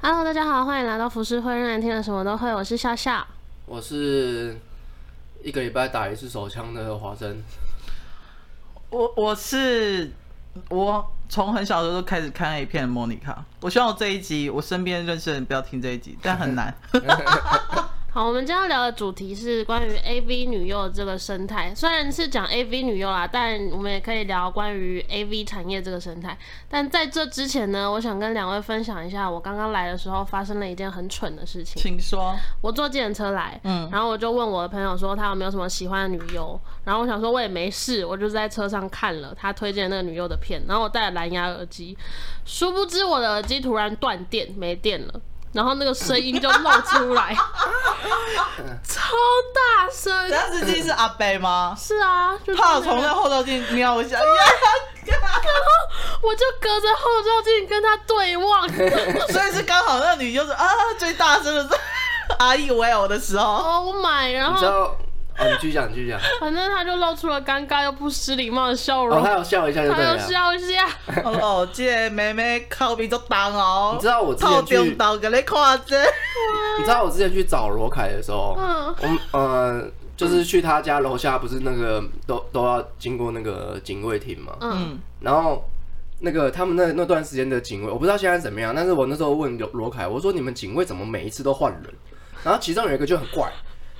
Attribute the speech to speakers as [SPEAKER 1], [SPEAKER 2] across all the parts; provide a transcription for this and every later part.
[SPEAKER 1] Hello，大家好，欢迎来到浮世会，让你听了什么都会。我是笑笑。
[SPEAKER 2] 我是一个礼拜打一次手枪的华生，
[SPEAKER 1] 哦
[SPEAKER 3] 我我是我从很小的时候就开始看 A 片的莫妮卡。我希望我这一集我身边认识的人不要听这一集，但 很难。
[SPEAKER 1] 好，我们今天要聊的主题是关于 AV 女优的这个生态。虽然是讲 AV 女优啦，但我们也可以聊关于 AV 产业这个生态。但在这之前呢，我想跟两位分享一下，我刚刚来的时候发生了一件很蠢的事情。
[SPEAKER 3] 请说，
[SPEAKER 1] 我坐计程车来，
[SPEAKER 3] 嗯
[SPEAKER 1] 然后我就问我的朋友说他有没有什么喜欢的女优，然后我想说我也没事，我就在车上看了他推荐的那个女优的片，然后我戴了蓝牙耳机，殊不知我的耳机突然断电，没电了。然后那个声音就露出来，超大声。
[SPEAKER 3] 那司机是阿贝吗？
[SPEAKER 1] 是啊，就
[SPEAKER 3] 怕我
[SPEAKER 1] 真的
[SPEAKER 3] 从那后照镜瞄一下，
[SPEAKER 1] 我就隔着后照镜跟他对望。
[SPEAKER 3] 所以是刚好那女就是啊最大声的是阿姨喂我的时候，
[SPEAKER 1] Oh my！然
[SPEAKER 2] 你知
[SPEAKER 1] 后
[SPEAKER 2] 道？啊，你继续讲，你继续讲。
[SPEAKER 1] 反正他就露出了尴尬又不失礼貌的笑
[SPEAKER 2] 哦，
[SPEAKER 1] 容，
[SPEAKER 2] 他有笑一下就
[SPEAKER 1] 他
[SPEAKER 2] 对
[SPEAKER 1] 又
[SPEAKER 2] 了。
[SPEAKER 1] 笑一下。
[SPEAKER 3] 我说哦，这妹妹靠边就当哦，
[SPEAKER 2] 你知道我之前
[SPEAKER 3] 套
[SPEAKER 2] 去
[SPEAKER 3] 中刀给你看这，
[SPEAKER 2] 你知道我之前去找罗凯的时候，
[SPEAKER 1] 嗯
[SPEAKER 2] 我们呃，就是去他家楼下，不是那个都都要经过那个警卫亭嘛。
[SPEAKER 1] 嗯，
[SPEAKER 3] 嗯，
[SPEAKER 2] 然后那个他们那那段时间的警卫，我不知道现在怎么样，但是我那时候问罗罗凯，我说你们警卫怎么每一次都换人？然后其中有一个就很怪，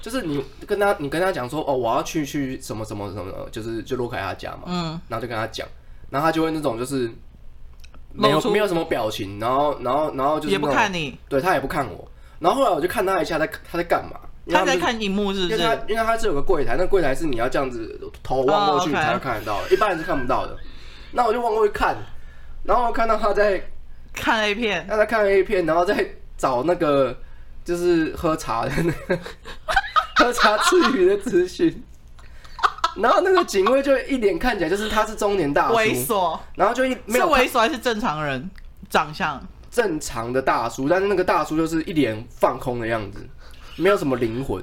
[SPEAKER 2] 就是你跟他你跟他讲说哦我要去去什么什么什么，就是就罗凯他家嘛，
[SPEAKER 3] 嗯，
[SPEAKER 2] 然后就跟他讲，然后他就会那种就是没
[SPEAKER 3] 露
[SPEAKER 2] 有
[SPEAKER 3] 出
[SPEAKER 2] 没有什么表情，然后然后然后就是
[SPEAKER 3] 也
[SPEAKER 2] 那
[SPEAKER 3] 不
[SPEAKER 2] 种
[SPEAKER 3] 看，你，
[SPEAKER 2] 对他也不看我，然后后来我就看他一下在他在干嘛，因为
[SPEAKER 3] 他在
[SPEAKER 2] 们就是
[SPEAKER 3] 看荧幕是不
[SPEAKER 2] 因为他
[SPEAKER 3] 是？
[SPEAKER 2] 因为他是有个柜台，那柜台是你要这样子头望过去
[SPEAKER 3] 哦
[SPEAKER 2] 你
[SPEAKER 3] OK
[SPEAKER 2] 才能看得到的，一般人是看不到的。那我就望过去看，然后看到他在
[SPEAKER 3] 看 A 片，
[SPEAKER 2] 他在看 A 片，然后在找那个就是喝茶的那个喝茶吃鱼的资讯。然后那个警卫就一脸看起来就是他是中年大
[SPEAKER 3] 猥
[SPEAKER 2] 叔，
[SPEAKER 3] 琐。
[SPEAKER 2] 然后就一没
[SPEAKER 3] 是
[SPEAKER 2] 有他
[SPEAKER 3] 猥琐还是正常人长相？
[SPEAKER 2] 正常的大叔，但是那个大叔就是一脸放空的样子，没有什么灵魂。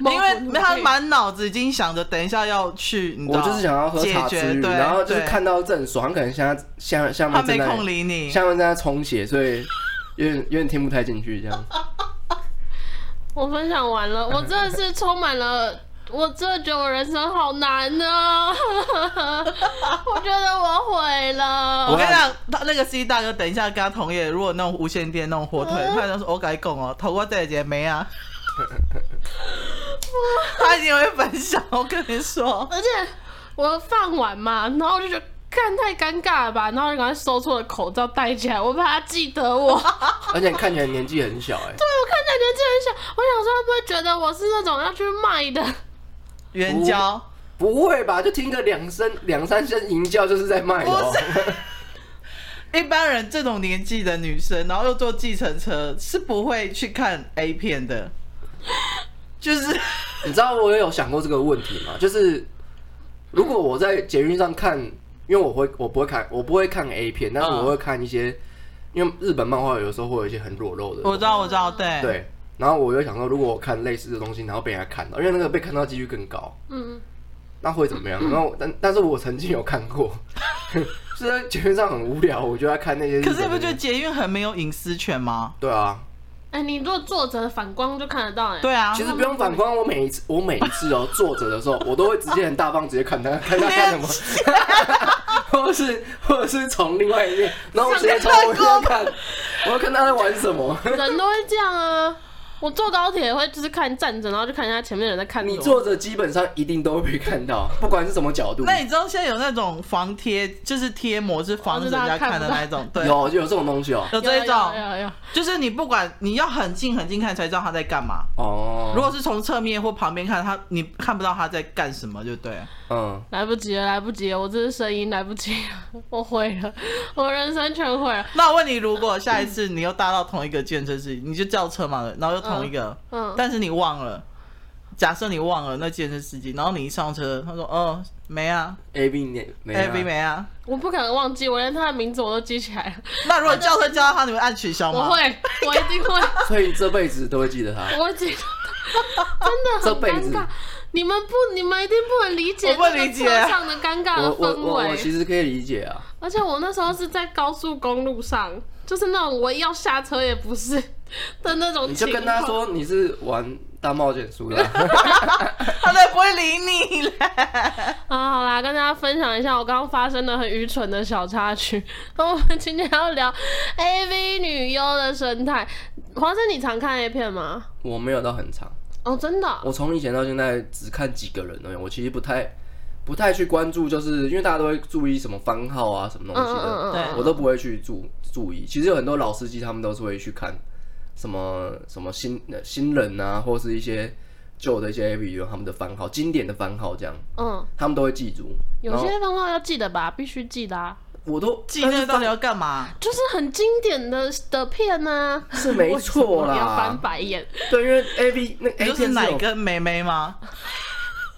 [SPEAKER 3] 因为他
[SPEAKER 1] 蛮。
[SPEAKER 3] 满脑子已经想着等一下要去，你知
[SPEAKER 2] 我
[SPEAKER 3] 道
[SPEAKER 2] 就是想要喝茶
[SPEAKER 3] 解
[SPEAKER 2] 之
[SPEAKER 3] 决
[SPEAKER 2] 余，
[SPEAKER 3] 对
[SPEAKER 2] 然后就是
[SPEAKER 3] 对
[SPEAKER 2] 看到郑爽，可能现在下下
[SPEAKER 3] 他
[SPEAKER 2] 面正
[SPEAKER 3] 没
[SPEAKER 2] 在
[SPEAKER 3] 空理你。
[SPEAKER 2] 下面正在充血，所以有点有点听不太进去这样。
[SPEAKER 1] 我分享完 了，我真的是充满了，我真的觉得我人生好难呢、 我觉得我毁了。
[SPEAKER 3] 我跟你讲，他那个 C 大哥，等一下跟他同业，如果那种无线电那种火腿，
[SPEAKER 2] 嗯
[SPEAKER 3] 他就说：“我改供哦，头过这姐 没啊。”他一定会分享，我跟你说，
[SPEAKER 1] 而且我放完嘛，然后我就觉得看太尴尬了吧，然后我就赶快收错了口罩戴起来，我怕他记得 我。我看起
[SPEAKER 2] 而且看起来年纪很小哎、
[SPEAKER 1] 来年纪很小，我想说他不会觉得我是那种要去卖的。
[SPEAKER 3] 援交
[SPEAKER 2] 不会吧？就听个两声两三声吟叫就是在卖了、哦
[SPEAKER 3] 不。一般人这种年纪的女生，然后又坐计程车，是不会去看 A 片的，就是。
[SPEAKER 2] 你知道我也有想过这个问题吗？就是如果我在捷运上看，因为我会我不会看我不会看 A 片，但是
[SPEAKER 3] 嗯
[SPEAKER 2] 我会看一些，因为日本漫画有时候会有一些很裸露的东西，
[SPEAKER 3] 我知道，我知道，对，
[SPEAKER 2] 对，然后我就想说，如果我看类似的东西，然后被人家看到，因为那个被看到几率更高，
[SPEAKER 1] 嗯，
[SPEAKER 2] 那会怎么 样？然后但但是我曾经有看过，是在节目上很无聊，我就在看那些日
[SPEAKER 3] 可
[SPEAKER 2] 本的。
[SPEAKER 3] 是你不觉得捷运很没有隐私权吗？
[SPEAKER 2] 对啊，
[SPEAKER 1] 哎、你如果坐着反光就看得到哎、
[SPEAKER 3] 对啊，
[SPEAKER 2] 其实不用反光，我每一次我每一次哦坐着的时候，我都会直接很大方，直接看 他看他看什么， 或者是或者是从另外一面，然后我直接从我这边看， 我要看他在玩什么。
[SPEAKER 1] 人都会这样啊。我坐高铁也会就是看站着，然后就看人家前面的人在看
[SPEAKER 2] 你
[SPEAKER 1] 我
[SPEAKER 2] 坐着基本上一定都会被看到，不管是什么角度。
[SPEAKER 3] 那你知道现在有那种防贴，就是贴膜是防止人家看的那一种，对，有
[SPEAKER 2] 有有这种东西哦。
[SPEAKER 3] 这一
[SPEAKER 1] 有
[SPEAKER 3] 种，
[SPEAKER 1] 有有有
[SPEAKER 3] 就是你不管你要很近很近看才知道他在干嘛。
[SPEAKER 2] 哦，
[SPEAKER 3] 如果是从侧面或旁边看他，你看不到他在干什么，就对了。
[SPEAKER 2] 嗯，
[SPEAKER 1] 来不及了，来不及了，我这是声音来不及了，我毁了，我人生全毁了。
[SPEAKER 3] 那我问你，如果下一次你又搭到同一个健身室，你就叫车嘛，然后又同一个，
[SPEAKER 1] 嗯，
[SPEAKER 3] 但是你忘了，假设你忘了那健身司机，然后你一上车，他说：“哦，没啊
[SPEAKER 2] A B 没没啊
[SPEAKER 3] ，A B 没啊。”
[SPEAKER 1] 我不可能忘记，我连他的名字我都记起来了。
[SPEAKER 3] 那如果叫车叫到他，你会按取消吗？
[SPEAKER 1] 我。会，我一定会，
[SPEAKER 2] 所以这辈子都会记得他。
[SPEAKER 1] 我会记得。真的很
[SPEAKER 2] 这辈
[SPEAKER 1] 尴
[SPEAKER 2] 子
[SPEAKER 1] 尬，你们不，你们一定不能理解
[SPEAKER 3] 我不
[SPEAKER 1] 这
[SPEAKER 3] 理
[SPEAKER 1] 个
[SPEAKER 3] 解
[SPEAKER 1] 车上的尴尬
[SPEAKER 2] 我
[SPEAKER 1] 的
[SPEAKER 2] 我
[SPEAKER 1] 氛
[SPEAKER 2] 我我
[SPEAKER 1] 围。
[SPEAKER 2] 其实可以理解啊，
[SPEAKER 1] 而且我那时候是在高速公路上，就是那种我要下车也不是的那种
[SPEAKER 2] 你
[SPEAKER 1] 情
[SPEAKER 2] 就
[SPEAKER 1] 况。
[SPEAKER 2] 跟他说你是玩大冒险输的啊，
[SPEAKER 3] 他才不会理 你嘞。
[SPEAKER 1] 啊，好啦，跟大家分享一下我刚刚发生的很愚蠢的小插曲。 那我们今天要聊 A V 女优的生态。黄生，你常看 A 片吗？
[SPEAKER 2] 我没有到很长，
[SPEAKER 1] 哦，真的啊、
[SPEAKER 2] 我从以前到现在只看几个人而已，我其实不太不太去关注，就是因为大家都会注意什么番号啊什么东西的，
[SPEAKER 1] 嗯嗯嗯
[SPEAKER 3] 对
[SPEAKER 2] 我都不会去注注意。其实有很多老司机他们都是会去看什么什么新呃新人啊，或是一些旧的一些 A P P 他们的番号、经典的番号这样，
[SPEAKER 1] 嗯，
[SPEAKER 2] 他们都会记住。
[SPEAKER 1] 有
[SPEAKER 2] 然后
[SPEAKER 1] 些方法要记得吧，必须记得啊，
[SPEAKER 2] 我都
[SPEAKER 3] 记那个到底要干嘛？
[SPEAKER 1] 就是很经典的的片呢、啊。
[SPEAKER 2] 是 没错
[SPEAKER 1] 我要翻
[SPEAKER 2] 啦，
[SPEAKER 1] 白眼。
[SPEAKER 2] 对，因为 A P 那 A
[SPEAKER 1] 哎
[SPEAKER 3] 你
[SPEAKER 2] 片
[SPEAKER 3] 就是
[SPEAKER 1] 哦
[SPEAKER 2] 有
[SPEAKER 3] 奶跟妹妹 吗？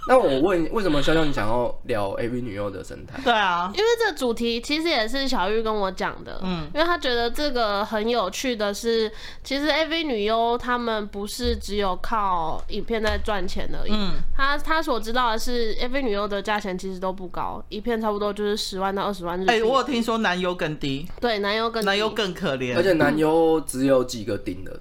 [SPEAKER 2] 那我问，为什么潇潇你想要聊 A V 女优的生态？
[SPEAKER 3] 对啊，
[SPEAKER 1] 因为这主题其实也是小玉跟我讲的，嗯，因为她觉得这个很有趣的是，其实 AV 女优她们不是只有靠影片在赚钱而已，嗯，她她所知道的是 AV 女优的价钱其实都不高，一片差不多就是十万到二十万日币。
[SPEAKER 3] 哎、我有听说男优更低，
[SPEAKER 1] 对男优跟
[SPEAKER 3] 男优更可怜。
[SPEAKER 2] 而且男优只有几个顶的，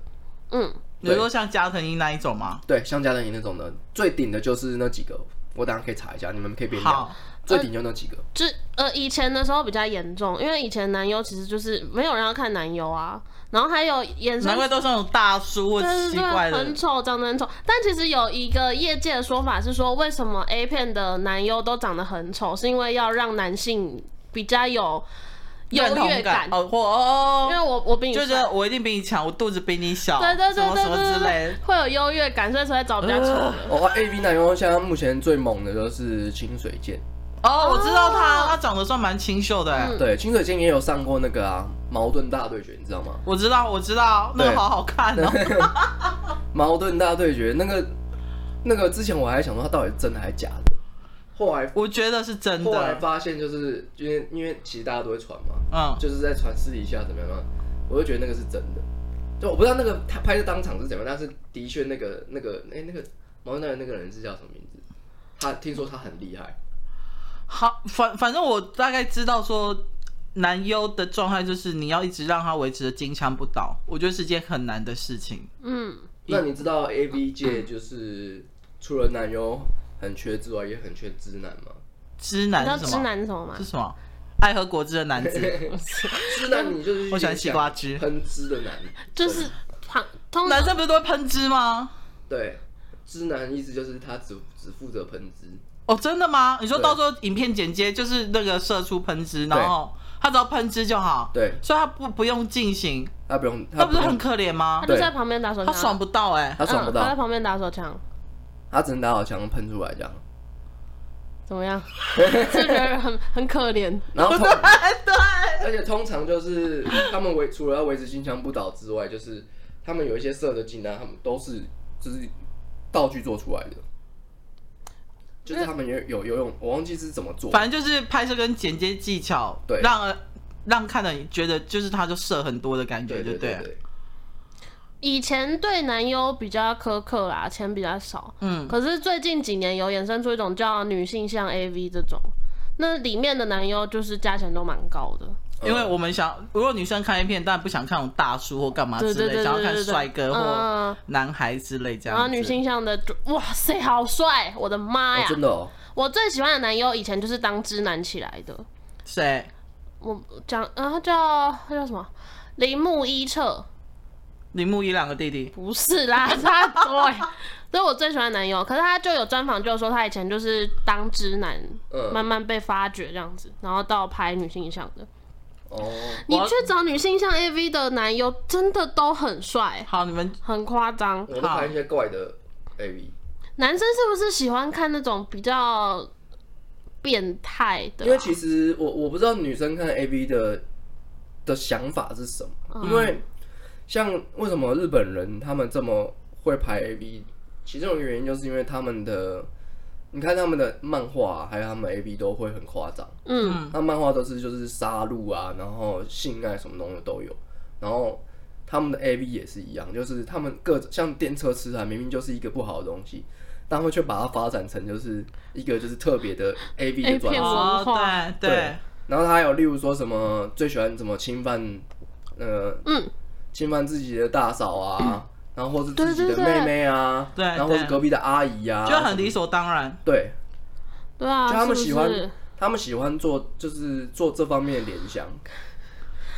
[SPEAKER 1] 嗯，
[SPEAKER 3] 你说像加藤鹰那一种吗？
[SPEAKER 2] 对，像嘉玲那种的，最顶的就是那几个。我等下可以查一下，你们可以边聊
[SPEAKER 3] 好。
[SPEAKER 2] 最顶就那几个，
[SPEAKER 1] 就呃以前的时候比较严重，因为以前男优其实就是没有人要看男优啊，然后还有衍生
[SPEAKER 3] 难怪都是那种大叔或
[SPEAKER 1] 对
[SPEAKER 3] 者
[SPEAKER 1] 对
[SPEAKER 3] 奇
[SPEAKER 1] 对，
[SPEAKER 3] 怪的
[SPEAKER 1] 很。丑，长得很丑。但其实有一个业界的说法是说，为什么 A 片的男优都长得很丑，是因为要让男性比较有优
[SPEAKER 3] 认同
[SPEAKER 1] 越感。
[SPEAKER 3] 感哦，或哦
[SPEAKER 1] 因为
[SPEAKER 3] 哦，
[SPEAKER 1] 我我比你
[SPEAKER 3] 就觉
[SPEAKER 1] 帅
[SPEAKER 3] 得我一定比你强，我肚子比你小，
[SPEAKER 1] 对对对
[SPEAKER 3] 什么
[SPEAKER 1] 对
[SPEAKER 3] 什么
[SPEAKER 1] 对
[SPEAKER 3] 之类
[SPEAKER 1] 对
[SPEAKER 3] 的，。
[SPEAKER 1] 会有优越感，所以才会找比较丑的。
[SPEAKER 2] 哦，A V 男优现在目前最猛的就是清水健，
[SPEAKER 3] 哦，我知道他，
[SPEAKER 1] 哦
[SPEAKER 3] 他长得算蛮清秀的、哎
[SPEAKER 1] 嗯
[SPEAKER 2] 对，清水健也有上过那个啊矛盾大对决，你知道吗？
[SPEAKER 3] 我知道，我知道，那个
[SPEAKER 2] 对
[SPEAKER 3] 好好看哦。
[SPEAKER 2] 矛盾大对决那个那个之前我还想说他到底是真的还是假的，后来
[SPEAKER 3] 我觉得是真
[SPEAKER 2] 后来
[SPEAKER 3] 的，啊
[SPEAKER 2] 发现就是因为因为其实大家都会传嘛，
[SPEAKER 3] 嗯，
[SPEAKER 2] 就是在传私底下怎么样啊，我就觉得那个是真的。就我不知道那个他拍的当场是怎么样，但是的确那个那个哎、那个毛盾大人那个人是叫什么名字？他听说他很厉害，
[SPEAKER 3] 好，反反正我大概知道说，男优的状态就是你要一直让他维持的金枪不倒，我觉得是件很难的事情。
[SPEAKER 1] 嗯，
[SPEAKER 2] 那你知道 A V 界就是除了男优很缺之外，也很缺直男 吗？
[SPEAKER 3] 知
[SPEAKER 1] 你
[SPEAKER 3] 男
[SPEAKER 1] 知道
[SPEAKER 3] 是
[SPEAKER 1] 直
[SPEAKER 3] 什么？
[SPEAKER 1] 男是什么吗
[SPEAKER 3] 是？什么？爱喝果汁的男子，
[SPEAKER 2] 直男你就是
[SPEAKER 3] 我喜欢西瓜汁
[SPEAKER 2] 很直的男，
[SPEAKER 1] 就是旁通
[SPEAKER 3] 男
[SPEAKER 1] 常
[SPEAKER 3] 生不是都会喷汁吗？
[SPEAKER 2] 对，直男意思就是他只只负责喷汁，
[SPEAKER 3] 哦，真的吗？你说
[SPEAKER 2] 对
[SPEAKER 3] 到时候影片剪接就是那个射出喷汁，然后他只要喷汁就好，
[SPEAKER 2] 对
[SPEAKER 3] 所以他不不用进行，
[SPEAKER 2] 他不用，他
[SPEAKER 3] 那不是
[SPEAKER 2] 用
[SPEAKER 3] 很可怜吗
[SPEAKER 1] 他？啊就
[SPEAKER 2] 对
[SPEAKER 1] 在旁边打手
[SPEAKER 3] 他
[SPEAKER 1] 枪，
[SPEAKER 3] 爽不到哎、
[SPEAKER 2] 他爽不
[SPEAKER 1] 嗯他在
[SPEAKER 2] 到，
[SPEAKER 1] 旁边打手枪，
[SPEAKER 2] 他只能打好枪喷出来这样，
[SPEAKER 1] 怎么样？是不是觉得很很可怜？
[SPEAKER 2] 然后通
[SPEAKER 3] 对，
[SPEAKER 2] 而且通常就是他们维除了要维持金枪不倒之外，就是他们有一些射的技能，他们都是就是道具做出来的，就是他们也有游泳，我忘记是怎么做。
[SPEAKER 3] 反正就是拍摄跟剪接技巧，
[SPEAKER 2] 对
[SPEAKER 3] 让让看的人觉得就是他就射很多的感
[SPEAKER 2] 对
[SPEAKER 3] 觉，
[SPEAKER 2] 对
[SPEAKER 3] 就对
[SPEAKER 2] 对
[SPEAKER 3] 了
[SPEAKER 2] 对，
[SPEAKER 1] 以前对男优比较苛刻啦，钱比较少，
[SPEAKER 3] 嗯，
[SPEAKER 1] 可是最近几年有衍生出一种叫女性向 AV 这种，那里面的男优就是价钱都蛮高的，
[SPEAKER 2] 嗯
[SPEAKER 3] 因为我们想，如果女生看 A 片，但不想看那种大叔或干嘛啊之
[SPEAKER 1] 对对
[SPEAKER 3] 类，
[SPEAKER 1] 对
[SPEAKER 3] 想
[SPEAKER 1] 对
[SPEAKER 3] 要
[SPEAKER 1] 对
[SPEAKER 3] 看
[SPEAKER 1] 对，
[SPEAKER 3] 帅哥或
[SPEAKER 1] 嗯，
[SPEAKER 3] 男孩之类这
[SPEAKER 1] 然后
[SPEAKER 3] 样子。
[SPEAKER 1] 女性向的就，哇塞，好帅！我的妈
[SPEAKER 2] 哦
[SPEAKER 1] 呀！
[SPEAKER 2] 真的哦，
[SPEAKER 1] 我最喜欢的男优以前就是当知男起来的，
[SPEAKER 3] 谁？
[SPEAKER 1] 我讲，啊，他叫他叫什么？铃木一彻
[SPEAKER 3] 铃木一两个弟弟，
[SPEAKER 1] 不是啦， 他对，这是我最喜欢的男优。可是他就有专访，就说他以前就是当知男，慢
[SPEAKER 2] 嗯，
[SPEAKER 1] 慢被发掘这样子，然后到拍女性向的。
[SPEAKER 2] 哦，
[SPEAKER 1] 你
[SPEAKER 3] 我
[SPEAKER 1] 去找女性像 AV 的男优，真的都很帅，
[SPEAKER 3] 好，你们
[SPEAKER 1] 很夸张
[SPEAKER 2] 我。都拍一些怪的 AV，
[SPEAKER 1] 男生是不是喜欢看那种比较变态的啊、
[SPEAKER 2] 因为其实我我不知道女生看 AV 的的想法是什么，
[SPEAKER 1] 嗯
[SPEAKER 2] 因为像为什么日本人他们这么会拍 AV，其中一个原因就是因为他们的，你看他们的漫画、还有他们 AV 都会很夸张，
[SPEAKER 1] 嗯，
[SPEAKER 2] 他漫画都是就是杀戮啊，然后性爱什么东西都有，然后他们的 AV 也是一样，就是他们各像电车痴汉明明就是一个不好的东西。但他们却把它发展成就是一个就是特别的 A V 的
[SPEAKER 1] A 片
[SPEAKER 2] 专
[SPEAKER 1] 文
[SPEAKER 2] 辑，
[SPEAKER 1] 化
[SPEAKER 3] 哦，对
[SPEAKER 2] 对然后他还有例如说什么最喜欢怎么侵犯呃
[SPEAKER 1] 嗯，
[SPEAKER 2] 侵犯自己的大嫂 啊，然后或是自己
[SPEAKER 1] 对对
[SPEAKER 2] 的
[SPEAKER 1] 对
[SPEAKER 2] 妹妹啊，
[SPEAKER 3] 对
[SPEAKER 2] 然后或是
[SPEAKER 3] 对
[SPEAKER 2] 隔壁的阿姨啊，
[SPEAKER 3] 就很理所当然。
[SPEAKER 2] 对
[SPEAKER 1] 对啊，
[SPEAKER 2] 就他们
[SPEAKER 1] 是不
[SPEAKER 2] 喜欢
[SPEAKER 1] 是
[SPEAKER 2] 他们喜欢做就是做这方面的联想，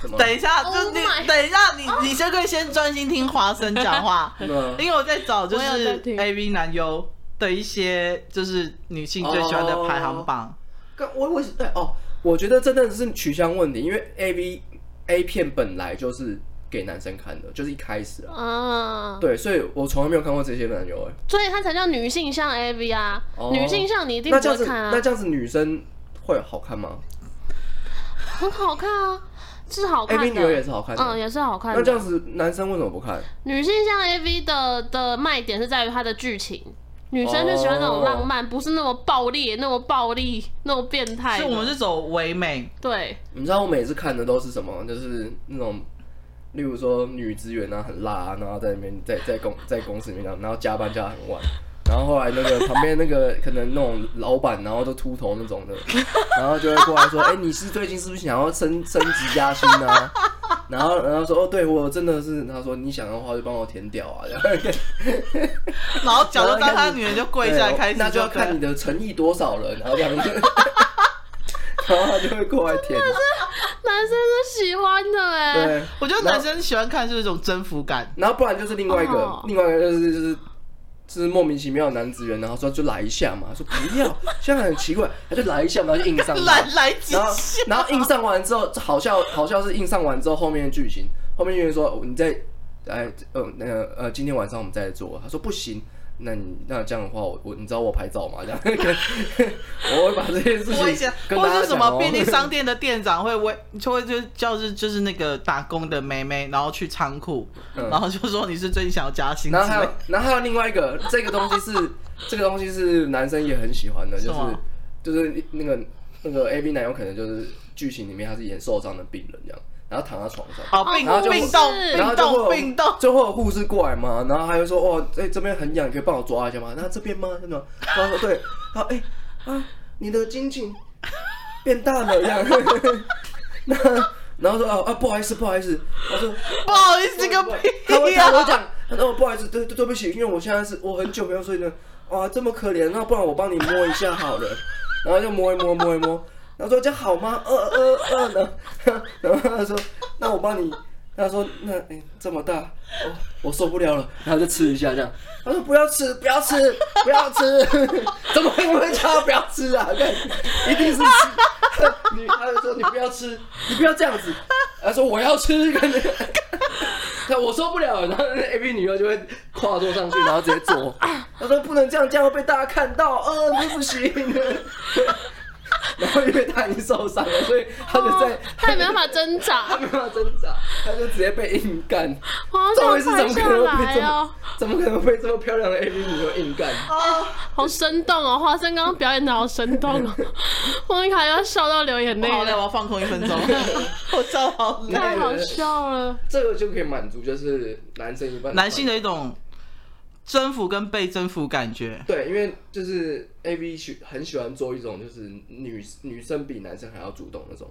[SPEAKER 2] 怎么
[SPEAKER 3] 等一下，
[SPEAKER 1] Oh
[SPEAKER 3] 就你
[SPEAKER 1] my- Oh
[SPEAKER 3] 等一下，你你先可以先专心听华生 讲话，
[SPEAKER 2] 那
[SPEAKER 3] 因为我在找就
[SPEAKER 1] 我有在
[SPEAKER 3] 是
[SPEAKER 1] 听
[SPEAKER 3] A V 男优的一些就是女性最喜欢的排行榜。
[SPEAKER 2] 干我我哎哦，我觉得真的是取向问题，因为 A V A 片本来就是给男生看的，就是一开始啊，
[SPEAKER 1] 啊，
[SPEAKER 2] 对，所以我从来没有看过这些男友哎、
[SPEAKER 1] 所以它才叫女性向 A V 啊，
[SPEAKER 2] 哦
[SPEAKER 1] 女性向你一定
[SPEAKER 2] 那
[SPEAKER 1] 不
[SPEAKER 2] 这样
[SPEAKER 1] 会
[SPEAKER 2] 子
[SPEAKER 1] 看啊
[SPEAKER 2] 那，这样子女生会好看吗
[SPEAKER 1] 很好看啊，是好
[SPEAKER 2] ？A
[SPEAKER 1] 看
[SPEAKER 2] V 女友也
[SPEAKER 1] 的，
[SPEAKER 2] 是好看的，
[SPEAKER 1] 嗯，也是好看
[SPEAKER 2] 那这
[SPEAKER 1] 的。
[SPEAKER 2] 样子男生为什么不看？
[SPEAKER 1] 女性向 A V 的的卖点是在于它的剧情。女生
[SPEAKER 2] 哦
[SPEAKER 1] 就喜欢那种浪漫不是那么暴力、那么暴力、那么变态的。
[SPEAKER 3] 是我们是走唯美，
[SPEAKER 1] 对，
[SPEAKER 2] 你知道我每次看的都是什么？就是那种，例如说女职员啊，很辣啊，然后在那边在在公在公司里面这样，然后加班加得很晚，然后后来那个旁边那个可能那种老板，然后都秃头那种的，然后就会过来说：“哎、你是最近是不是想要升升职加薪啊？”然后然后说：“哦，对我真的是。”他说：“你想要的话就帮我填掉啊。”然后
[SPEAKER 3] 然后脚就当他女人就跪下来开始
[SPEAKER 2] 那就要
[SPEAKER 3] 对了
[SPEAKER 2] 看你的诚意多少了，然后这样子， 然后他就会过来填，
[SPEAKER 1] 男生是喜欢的哎、
[SPEAKER 2] 对。
[SPEAKER 3] 我觉得男生喜欢看是一种征服感，
[SPEAKER 2] 然后不然就是另外一个，
[SPEAKER 1] 哦
[SPEAKER 2] 另外一个就是就是就是莫名其妙的男职员，然后说就来一下嘛，说不要，现在很奇怪，他就来一下嘛，然后就硬 上他
[SPEAKER 3] 来来几
[SPEAKER 2] 然后
[SPEAKER 3] 下，
[SPEAKER 2] 然后硬上完之后，好笑好笑是硬上完之后后面的剧情，后面就是说哦你再哎呃那个呃今天晚上我们再来做，他说不行。那你那这样的话，我我你知道我拍照嘛？这样， 我会把这件事
[SPEAKER 3] 我以前
[SPEAKER 2] 情跟
[SPEAKER 3] 或
[SPEAKER 2] 大家
[SPEAKER 3] 是什
[SPEAKER 2] 讲
[SPEAKER 3] 么
[SPEAKER 2] 哦
[SPEAKER 3] 便利商店的店长会为就会就叫是就是那个打工的妹妹，然后去仓库，
[SPEAKER 2] 嗯
[SPEAKER 3] 然后就说你是最近想要加薪之
[SPEAKER 2] 然后还
[SPEAKER 3] 类
[SPEAKER 2] 有， 然后还有另外一个，这个东西是这个东西是男生也很喜欢的，就是
[SPEAKER 3] 是吗
[SPEAKER 2] 就是那个那个 A B 男友可能就是剧情里面他是演受伤的病人这样，然后躺在床上。
[SPEAKER 3] 哦
[SPEAKER 2] 然后
[SPEAKER 3] 病
[SPEAKER 2] 就
[SPEAKER 3] 病动
[SPEAKER 1] 是
[SPEAKER 2] 然后
[SPEAKER 3] 病
[SPEAKER 2] 就
[SPEAKER 3] 动
[SPEAKER 2] 会有
[SPEAKER 3] 病动，
[SPEAKER 2] 就会有护士过来嘛，然后他就说：“哦，哎、这边很痒，可以帮我抓一下吗？”那这边吗？真的？他说：“对。” 然后哎、啊，你的筋颈变大了，这样。 那然后说：“哦啊，不好意思，不好意思。”我说：“
[SPEAKER 3] 不好意思个
[SPEAKER 2] 他会
[SPEAKER 3] 屁啊
[SPEAKER 2] 他会
[SPEAKER 3] 呀！
[SPEAKER 2] 讲，他说不好意思，对对对不起，因为我现在是我很久没有睡了，哇，这么可怜，那不然我帮你摸一下好了，然后就摸一摸摸一摸，然后说这样好吗？呃呃呃呢，然后他说那我帮你，他说那哎、这么大，我、我受不了了，然后就吃一下这样，他说不要吃不要吃不要吃，怎么会叫他不要吃啊？看一定是吃，你他就说你不要吃，你不要这样子，他说我要吃，感觉。那 我受不了，然后那 A B 女优就会跨坐上去，然后直接坐。 她说不能这样，这样会被大家看到，呃，这不行。 然后因为她已经受伤了，所以哦她就在，
[SPEAKER 1] 哦他也没办法挣
[SPEAKER 2] 她
[SPEAKER 1] 扎，
[SPEAKER 2] 没办法挣扎，她就直接被硬干。
[SPEAKER 1] 好
[SPEAKER 2] 赵
[SPEAKER 1] 想
[SPEAKER 2] 薇是怎
[SPEAKER 1] 拍
[SPEAKER 2] 么
[SPEAKER 1] 下
[SPEAKER 2] 可能会被
[SPEAKER 1] 来
[SPEAKER 2] 哦这
[SPEAKER 1] 哦
[SPEAKER 2] 么，， 怎么可能被这么漂亮的 A B 女优硬干？
[SPEAKER 1] 好生动哦！华生刚刚表演的好生动 哦，莫妮卡要笑到流眼泪
[SPEAKER 3] 好累，我
[SPEAKER 1] 了，
[SPEAKER 3] 要放空一分 钟，我笑好累。
[SPEAKER 1] 太好笑了。
[SPEAKER 2] 这个就可以满足，就是男生一般
[SPEAKER 3] 男性的一种征服跟被征服感觉，
[SPEAKER 2] 对，因为就是 A V 喜很喜欢做一种就是女女生比男生还要主动那种。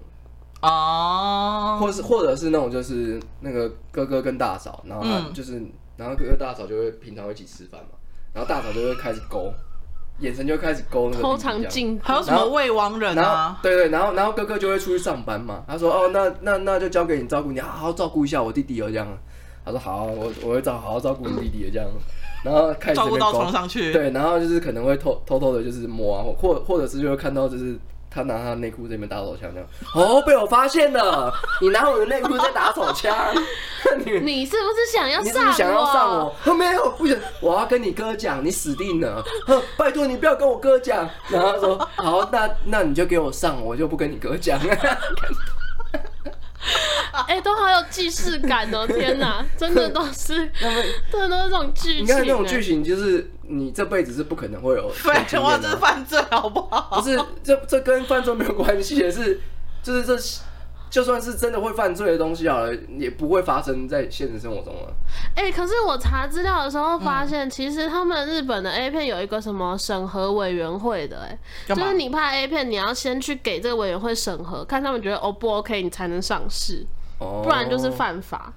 [SPEAKER 3] 哦，
[SPEAKER 2] 或是或者是那种就是那个哥哥跟大嫂，然后他
[SPEAKER 3] 嗯
[SPEAKER 2] 就是、然后哥哥大嫂就会平常会一起吃饭嘛，然后大嫂就会开始勾，眼神就会开始勾那个
[SPEAKER 1] 偷
[SPEAKER 2] 弟弟这
[SPEAKER 1] 藏
[SPEAKER 2] 样。
[SPEAKER 1] 镜
[SPEAKER 3] 还有
[SPEAKER 1] 头，
[SPEAKER 3] 什么未亡人
[SPEAKER 2] 然后
[SPEAKER 3] 啊？
[SPEAKER 2] 对对，然后然后哥哥就会出去上班嘛。他说哦，那那那就交给你照顾你，好好照顾一下我弟弟哦这样。他说好，我我会照好好照顾你弟弟的哦这样。然后开始
[SPEAKER 3] 照顾
[SPEAKER 2] 在那
[SPEAKER 3] 到
[SPEAKER 2] 边勾
[SPEAKER 3] 床上去，
[SPEAKER 2] 对，然后就是可能会偷偷偷的，就是摸啊，或或或者是就会看到就是他拿他内裤这边打手枪这样，哦，被我发现了，你拿我的内裤在打手枪， 你
[SPEAKER 1] 你是不是想要
[SPEAKER 2] 你是不是想要上
[SPEAKER 1] 我？啊
[SPEAKER 2] 我？他没有，不行，我要跟你哥讲，你死定了，哼拜托你不要跟我哥讲。然后他说 好，那那你就给我上，我就不跟你哥讲。
[SPEAKER 1] 哎、都好有既视感哦！天哪，真的都 是， 真的都是这种剧情、欸
[SPEAKER 2] 你看那种剧，情，就是你这辈子是不可能会有
[SPEAKER 3] 废
[SPEAKER 2] 的经验
[SPEAKER 3] 话，
[SPEAKER 2] 的
[SPEAKER 3] 这是犯罪好不好
[SPEAKER 2] 不？是，这这跟犯罪没有关系，也是，就是这就算是真的会犯罪的东西好了，也不会发生在现实生活中啊了。
[SPEAKER 1] 哎、可是我查资料的时候发
[SPEAKER 2] 嗯
[SPEAKER 1] 现，其实他们日本的 A 片有一个什么审核委员会的、哎，
[SPEAKER 3] 干
[SPEAKER 1] 就
[SPEAKER 3] 嘛
[SPEAKER 1] 是哦你拍 A 片，你要先去给这个委员会审核，看他们觉得 O 不 OK，你才能上市。
[SPEAKER 2] 哦，
[SPEAKER 1] 不然就是。犯法。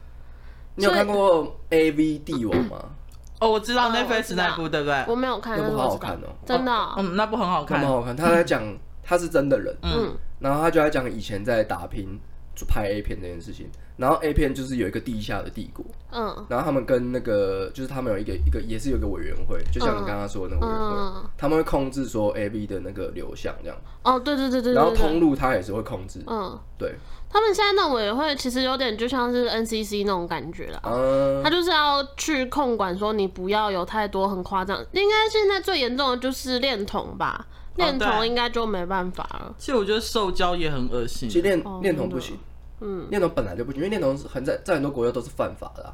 [SPEAKER 2] 你有
[SPEAKER 1] 所以
[SPEAKER 2] 看过 A V 帝王吗？
[SPEAKER 3] 哦，我知道
[SPEAKER 1] 哦我
[SPEAKER 3] Netflix
[SPEAKER 1] 知道
[SPEAKER 3] 那部，对不
[SPEAKER 1] 我
[SPEAKER 3] 对？
[SPEAKER 1] 没有看，
[SPEAKER 2] 哎那
[SPEAKER 1] 但
[SPEAKER 2] 部
[SPEAKER 1] 是
[SPEAKER 2] 好
[SPEAKER 1] 我
[SPEAKER 2] 好
[SPEAKER 1] 知道
[SPEAKER 2] 看哦，
[SPEAKER 1] 真的哦、
[SPEAKER 3] 嗯，那部很好
[SPEAKER 2] 那
[SPEAKER 3] 看
[SPEAKER 2] 蛮。好看。他在讲他是真的人，
[SPEAKER 1] 嗯，
[SPEAKER 2] 然后他就在讲以前在打拼就拍 A 片这件事情。然后 A 片就是有一个地下的帝国，
[SPEAKER 1] 嗯
[SPEAKER 2] 然后他们跟那个就是他们有一个一个也是有一个委员会，就像你刚刚说的那个委员会，
[SPEAKER 1] 嗯，
[SPEAKER 2] 他们会控制说 A V 的那个流向这样，
[SPEAKER 1] 哦，对对对对
[SPEAKER 2] 然后
[SPEAKER 1] 对
[SPEAKER 2] 通
[SPEAKER 1] 对，
[SPEAKER 2] 路他也是会控
[SPEAKER 3] 哦
[SPEAKER 2] 制。
[SPEAKER 1] 嗯，
[SPEAKER 2] 对，
[SPEAKER 1] 他们现在那种委员会其实有点就像是 NCC 那种感觉啦。
[SPEAKER 2] 嗯
[SPEAKER 3] 哦
[SPEAKER 1] 他，就是要去控管，说你不要有太多很夸张。应该现在最严重的就是恋童吧，
[SPEAKER 2] 哦
[SPEAKER 1] 恋童
[SPEAKER 3] 对
[SPEAKER 1] 应该就没办法了。
[SPEAKER 3] 其实我觉得受教也很恶心
[SPEAKER 2] 其。实恋
[SPEAKER 1] 哦
[SPEAKER 2] 恋童
[SPEAKER 1] 真的
[SPEAKER 2] 不行，
[SPEAKER 1] 嗯，
[SPEAKER 2] 恋童本来就不行，因为恋童是很在在很多国家都是犯法的啊、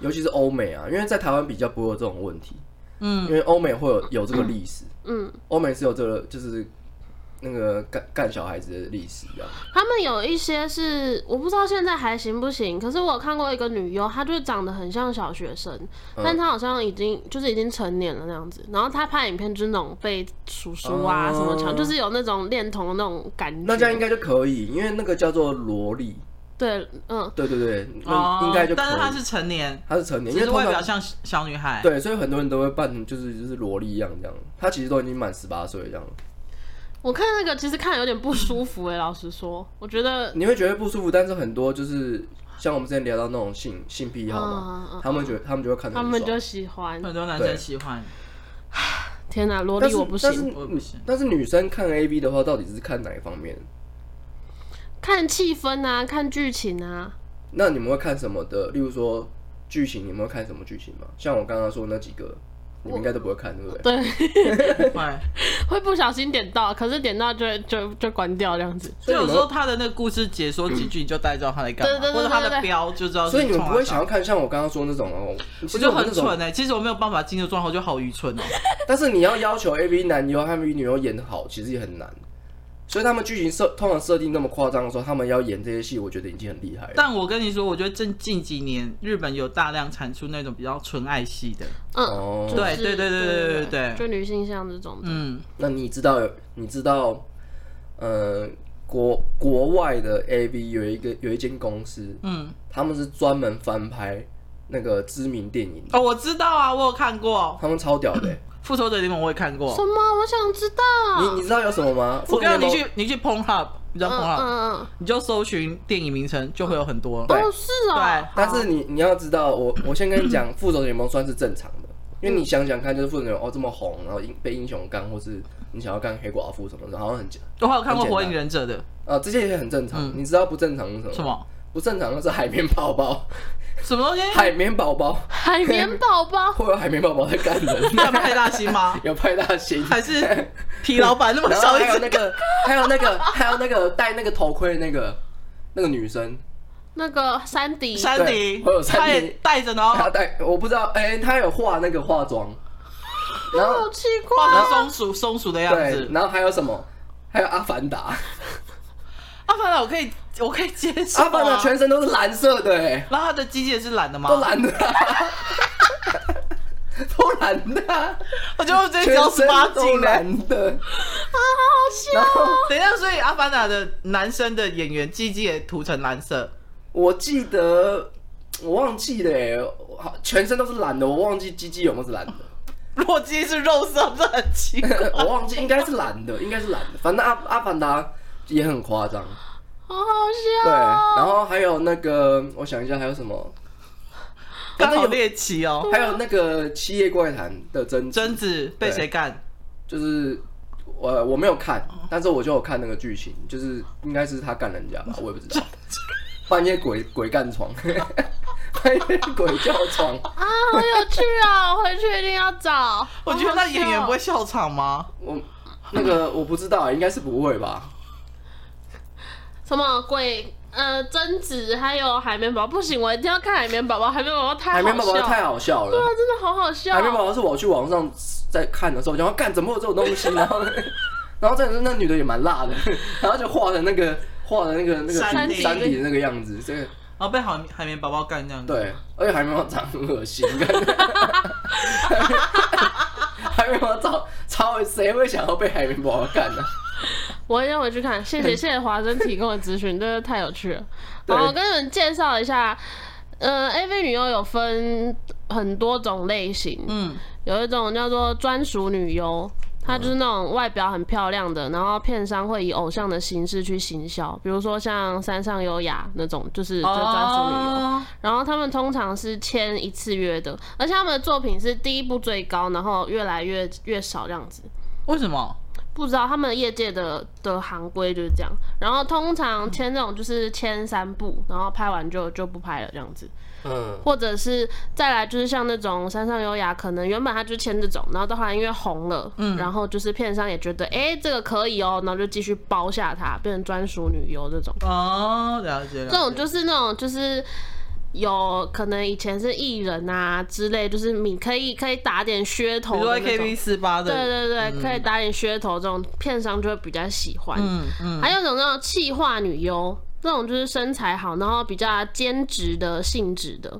[SPEAKER 2] 尤其是欧美啊，因为在台湾比较不会有这种问题，
[SPEAKER 3] 嗯
[SPEAKER 2] 因为欧美会有有这个历史，
[SPEAKER 1] 嗯，
[SPEAKER 2] 欧美是有这个就是那个干干小孩子的历史这样。
[SPEAKER 1] 他们有一些是我不知道现在还行不行，可是我有看过一个女优，她就是长得很像小学生，
[SPEAKER 2] 嗯
[SPEAKER 1] 但她好像已经就是已经成年了那样子。然后她拍影片就是那种被叔叔啊
[SPEAKER 2] 哦
[SPEAKER 1] 什么强，就是有那种恋童的那种感觉。
[SPEAKER 2] 那这样应该就可以，因为那个叫做萝莉，
[SPEAKER 1] 对，嗯，
[SPEAKER 2] 对对对，
[SPEAKER 3] 哦
[SPEAKER 2] 那应该就可以。
[SPEAKER 3] 但是他是成年，
[SPEAKER 2] 他是成年，因
[SPEAKER 3] 只
[SPEAKER 2] 为
[SPEAKER 3] 是
[SPEAKER 2] 通
[SPEAKER 3] 外表
[SPEAKER 2] 常
[SPEAKER 3] 像小女孩。
[SPEAKER 2] 对，所以很多人都会扮就是就是萝莉一样这样。他其实都已经满十八岁这样了，
[SPEAKER 1] 我看那个其实看得有点不舒服哎、老实说，我觉得
[SPEAKER 2] 你会觉得不舒服，但是很多就是像我们之前聊到那种性性癖好嘛
[SPEAKER 1] 嗯，嗯嗯
[SPEAKER 2] 他们觉得他们就会看得
[SPEAKER 1] 他
[SPEAKER 2] 很
[SPEAKER 1] 们就
[SPEAKER 2] 爽。
[SPEAKER 1] 喜欢。
[SPEAKER 3] 很多男生喜欢，
[SPEAKER 1] 天哪，萝
[SPEAKER 2] 但
[SPEAKER 1] 莉
[SPEAKER 2] 是
[SPEAKER 1] 我不
[SPEAKER 2] 但
[SPEAKER 1] 行，
[SPEAKER 3] 我不
[SPEAKER 2] 是
[SPEAKER 3] 行
[SPEAKER 2] 但是女生看 A V 的话，到底是看哪一方面？
[SPEAKER 1] 看气氛啊，看剧情啊，
[SPEAKER 2] 那你们会看什么的？例如说剧情，你们会看什么剧情吗？像我刚刚说的那几个，你们应该都不会看，对不对？
[SPEAKER 1] 对，
[SPEAKER 3] 对。
[SPEAKER 1] 会不小心点到，可是点到就会就就关掉这样子。
[SPEAKER 2] 所
[SPEAKER 3] 就
[SPEAKER 2] 以你
[SPEAKER 3] 有
[SPEAKER 2] 们
[SPEAKER 3] 时候他的那个故事解说几句，你就大概知道他在干
[SPEAKER 1] 对对对
[SPEAKER 3] 嘛，或者他
[SPEAKER 1] 对对
[SPEAKER 3] 的
[SPEAKER 1] 对
[SPEAKER 3] 标就知道
[SPEAKER 2] 所以
[SPEAKER 3] 是
[SPEAKER 2] 你们
[SPEAKER 3] 冲
[SPEAKER 2] 不
[SPEAKER 3] 他
[SPEAKER 2] 会
[SPEAKER 3] 笑
[SPEAKER 2] 想要看像我刚刚说那种哦，
[SPEAKER 3] 我
[SPEAKER 2] 其实
[SPEAKER 3] 就
[SPEAKER 2] 们
[SPEAKER 3] 很
[SPEAKER 2] 那种
[SPEAKER 3] 蠢哎、其实我没有办法进入状况，我就好 愚蠢哦、
[SPEAKER 2] 但是你要要求 A V 男优和 A V 女优演好，其实也很难。所以他们剧情设通常设定那么夸张的时候，他们要演这些戏，我觉得已经很厉害了。
[SPEAKER 3] 但我跟你说，我觉得近近几年日本有大量产出那种比较纯爱系的，
[SPEAKER 1] 嗯，
[SPEAKER 2] 哦，
[SPEAKER 1] 就是
[SPEAKER 3] 对对对对对对
[SPEAKER 1] 就女性像这种的。
[SPEAKER 3] 嗯，
[SPEAKER 2] 那你知道你知道，呃，国国外的 A V 有一个有一间公司，
[SPEAKER 3] 嗯，
[SPEAKER 2] 他们是专门翻拍那个知名电影的，
[SPEAKER 3] 哦，我知道啊，我有看过
[SPEAKER 2] 他们超屌的欸、
[SPEAKER 3] 《复仇者联盟》，我也看过
[SPEAKER 1] 什。么？我想知道。
[SPEAKER 3] 嗯
[SPEAKER 2] 你你知道有什么吗？
[SPEAKER 3] 哦我告诉
[SPEAKER 2] 复
[SPEAKER 3] 你你
[SPEAKER 2] 联盟
[SPEAKER 3] 去你去 Pornhub，你知道
[SPEAKER 1] 嗯
[SPEAKER 3] Pornhub，、
[SPEAKER 1] 嗯
[SPEAKER 3] 你就搜寻电影名称，就会有很多。
[SPEAKER 1] 嗯，
[SPEAKER 2] 对
[SPEAKER 1] 哦是哦。
[SPEAKER 3] 对
[SPEAKER 2] 但是你你要知道，我我先跟你
[SPEAKER 3] 嗯
[SPEAKER 2] 讲，复仇者联盟算是正常的，因为你想想看，就是复仇者联盟哦这么红，然后英被英雄干，或是你想要干黑寡妇什么的，好像很
[SPEAKER 3] 我还有看过《
[SPEAKER 2] 很简单
[SPEAKER 3] 火影忍者》的，
[SPEAKER 2] 啊，这些也很正常。
[SPEAKER 3] 嗯
[SPEAKER 2] 你知道不正常是什么？
[SPEAKER 3] 什么
[SPEAKER 2] 不正常的是海绵宝宝，
[SPEAKER 3] 什么东西？
[SPEAKER 2] 海绵宝宝
[SPEAKER 1] 海绵宝宝
[SPEAKER 2] 会有海绵宝宝在干人，
[SPEAKER 3] 那派大 星吗？
[SPEAKER 2] 有派大星。
[SPEAKER 3] 还是皮老板那么
[SPEAKER 2] 然后
[SPEAKER 3] 小一
[SPEAKER 2] 还有
[SPEAKER 3] 只？
[SPEAKER 2] 那个，还有那个，还有那个戴那个头盔的那个那个女生，
[SPEAKER 1] 那个山迪，
[SPEAKER 3] 山迪
[SPEAKER 2] 对我有，山
[SPEAKER 3] 他
[SPEAKER 2] 迪
[SPEAKER 3] 也带着，然后
[SPEAKER 2] 她戴我不知道，哎、她有化那个化妆，然后
[SPEAKER 1] 好奇
[SPEAKER 3] 画
[SPEAKER 1] 怪。哦
[SPEAKER 3] 成松鼠松鼠的样
[SPEAKER 2] 对
[SPEAKER 3] 子，。
[SPEAKER 2] 然后还有什么？还有阿凡达，
[SPEAKER 3] 阿凡达我可以，我可以接受、啊。
[SPEAKER 2] 阿凡达全身都是蓝色的、哎，
[SPEAKER 3] 然后他的机器人是蓝的吗？
[SPEAKER 2] 都 蓝的、啊，都蓝的啊、
[SPEAKER 3] 我觉得我直接
[SPEAKER 2] 全
[SPEAKER 3] 交十
[SPEAKER 2] 身
[SPEAKER 3] 八
[SPEAKER 2] 都
[SPEAKER 3] 禁嘞。
[SPEAKER 2] 蓝的，啊，好笑、然后
[SPEAKER 3] 等一下，所以阿凡达的男生的演员机器也涂成蓝色，
[SPEAKER 2] 我记得我忘记了、哎我好，全身都是蓝的，我忘记鸡鸡有没有是蓝的。
[SPEAKER 3] 如果机器是肉色，不是很奇怪？
[SPEAKER 2] 我忘记应该是蓝的，应该是蓝的。反正阿阿凡达也很夸张，
[SPEAKER 1] 好好笑
[SPEAKER 2] 对。然
[SPEAKER 1] 哦。
[SPEAKER 2] 后还有那个，我想一下还有什么，
[SPEAKER 3] 刚好
[SPEAKER 2] 有
[SPEAKER 3] 猎奇哦。
[SPEAKER 2] 还有那个《七夜怪谈》的真
[SPEAKER 3] 贞子被谁干？
[SPEAKER 2] 就是我我没有看，但是我就有看那个剧情，就是应该是他干人家吧， 我也不知道。半夜鬼鬼干床， 半夜鬼叫床，
[SPEAKER 1] 啊，好有趣啊！我回去一定要找。
[SPEAKER 3] 我觉得那演员
[SPEAKER 1] 好
[SPEAKER 3] 不会
[SPEAKER 1] 好笑哦
[SPEAKER 3] 笑场吗？
[SPEAKER 2] 我那个我不知道，应该是不会吧？
[SPEAKER 1] 什么鬼。呃，贞子还有海绵宝宝，不行，我一定要看海绵宝宝。海绵宝宝太好
[SPEAKER 2] 海
[SPEAKER 1] 笑，啊
[SPEAKER 2] 绵宝宝太好笑了，
[SPEAKER 1] 哇，真的好好笑。
[SPEAKER 2] 海绵宝宝是我去网上在看的时候，我想说干怎么会有这种东西，然后然后再是那女的也蛮辣的，然后就画的那个画的那个那个
[SPEAKER 3] 山
[SPEAKER 1] 顶
[SPEAKER 2] 山底的那个样子，这个
[SPEAKER 3] 然哦后被海海绵宝宝干这样子。
[SPEAKER 2] 对，而且海绵宝宝长得很恶心， 干海绵宝宝超超谁会想要被海绵宝宝干呢、
[SPEAKER 1] 我一定回去看。谢谢谢谢华生提供的资讯，真的太有趣了。好，我跟你们介绍一下，呃，AV 女优有分很多种类型，
[SPEAKER 3] 嗯，
[SPEAKER 1] 有一种叫做专属女优，她就是那种外表很漂亮的，然后片商会以偶像的形式去行销，比如说像山上优雅那种，就是就专属女优。
[SPEAKER 3] 哦
[SPEAKER 1] 然后他们通常是签一次约的，而且他们的作品是第一部最高，然后越来越越少这样子。
[SPEAKER 3] 为什么？
[SPEAKER 1] 不知道他们业界的的行规就是这样，然后通常签这种就是签三部，然后拍完就就不拍了这样子，
[SPEAKER 2] 嗯，
[SPEAKER 1] 或者是再来就是像那种山上优雅，可能原本他就签这种，然后到后来因为红了，嗯，然后就是片商也觉得哎、这个可以哦、然后就继续包下它，变成专属女优这种。
[SPEAKER 3] 哦，了解
[SPEAKER 1] 这
[SPEAKER 3] 了解。
[SPEAKER 1] 种就是那种就是有可能以前是艺人啊之类，就是你可以可以打点噱
[SPEAKER 3] 比
[SPEAKER 1] 头
[SPEAKER 3] 如说
[SPEAKER 1] 的那
[SPEAKER 3] AKB
[SPEAKER 1] 种。
[SPEAKER 3] 四八的，
[SPEAKER 1] 对对对，可以打点噱头，这种片商就会比较喜欢。
[SPEAKER 3] 嗯嗯，
[SPEAKER 1] 还有一种那种气化女优，这种就是身材好，然后比较兼职的性质的。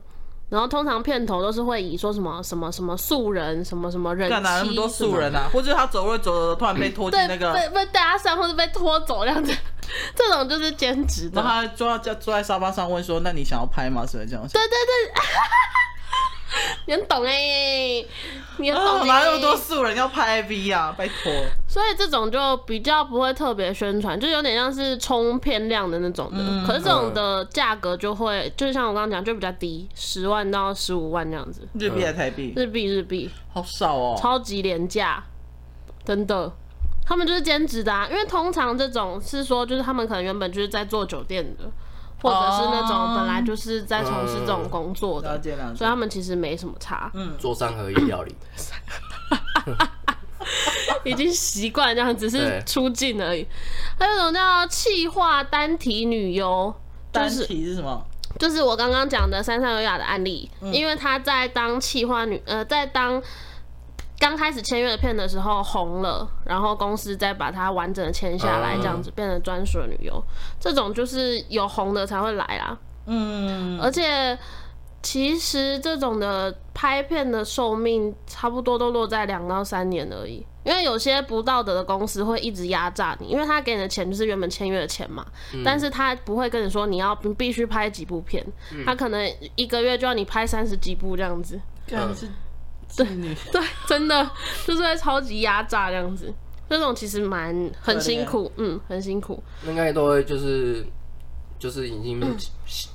[SPEAKER 1] 然后通常片头都是会以说什么什么什么素人，什么什么人
[SPEAKER 3] 干哪那么
[SPEAKER 1] 妻
[SPEAKER 3] 多
[SPEAKER 1] 什么
[SPEAKER 3] 素人啊？或者他走路走走走，突然被拖进
[SPEAKER 1] 对
[SPEAKER 3] 那个，
[SPEAKER 1] 被被搭讪或者被拖走这样子， 这种就是兼职的
[SPEAKER 3] 然后。他坐在坐在沙发上问说：“那你想要拍吗？”是不是这样？
[SPEAKER 1] 对对对， 你很懂哎、你很懂、
[SPEAKER 3] 啊，
[SPEAKER 1] 欸，
[SPEAKER 3] 哪有那么多素人要拍 AV 啊？拜托，
[SPEAKER 1] 所以这种就比较不会特别宣传，就有点像是冲片量的那种的。
[SPEAKER 3] 嗯
[SPEAKER 1] 可是这种的价格就会，就像我刚刚讲，就比较低，十万到十五万这样子，
[SPEAKER 3] 日币还台币，
[SPEAKER 1] 日币日币，
[SPEAKER 3] 好少哦。
[SPEAKER 1] 超级廉价，真的。他们就是兼职的啊，因为通常这种是说，就是他们可能原本就是在做酒店的，或者是那种本来就是在从事这种工作的，
[SPEAKER 3] 哦嗯了解了
[SPEAKER 1] 所
[SPEAKER 3] 解
[SPEAKER 1] 以。他们其实没什么差。
[SPEAKER 2] 做三合一料理，
[SPEAKER 1] 已经习惯这样，只是
[SPEAKER 2] 对
[SPEAKER 1] 出镜而已。还有一种叫气化单体女优，就
[SPEAKER 3] 单
[SPEAKER 1] 是
[SPEAKER 3] 体是什么？
[SPEAKER 1] 就是我刚刚讲的山上优雅的案例，因为她在当气化女，呃，在当刚开始签约的片的时候红了，然后公司再把它完整的签下来，
[SPEAKER 2] 嗯
[SPEAKER 1] 这样子变成专属的女优。这种就是有红的才会来啊啦，
[SPEAKER 3] 嗯，
[SPEAKER 1] 而且。其实这种的拍片的寿命差不多都落在两到三年而已，因为有些不道德的公司会一直压榨你，因为他给你的钱就是原本签约的钱嘛，但是他不会跟你说你要你必须拍几部片，他可能一个月就要你拍三十几部这样子，
[SPEAKER 3] 干是妓女，
[SPEAKER 1] 嗯对，真的就是会超级压榨这样子，这种其实蛮很辛苦，嗯，很辛苦，
[SPEAKER 2] 那应该都会就是就是已经 习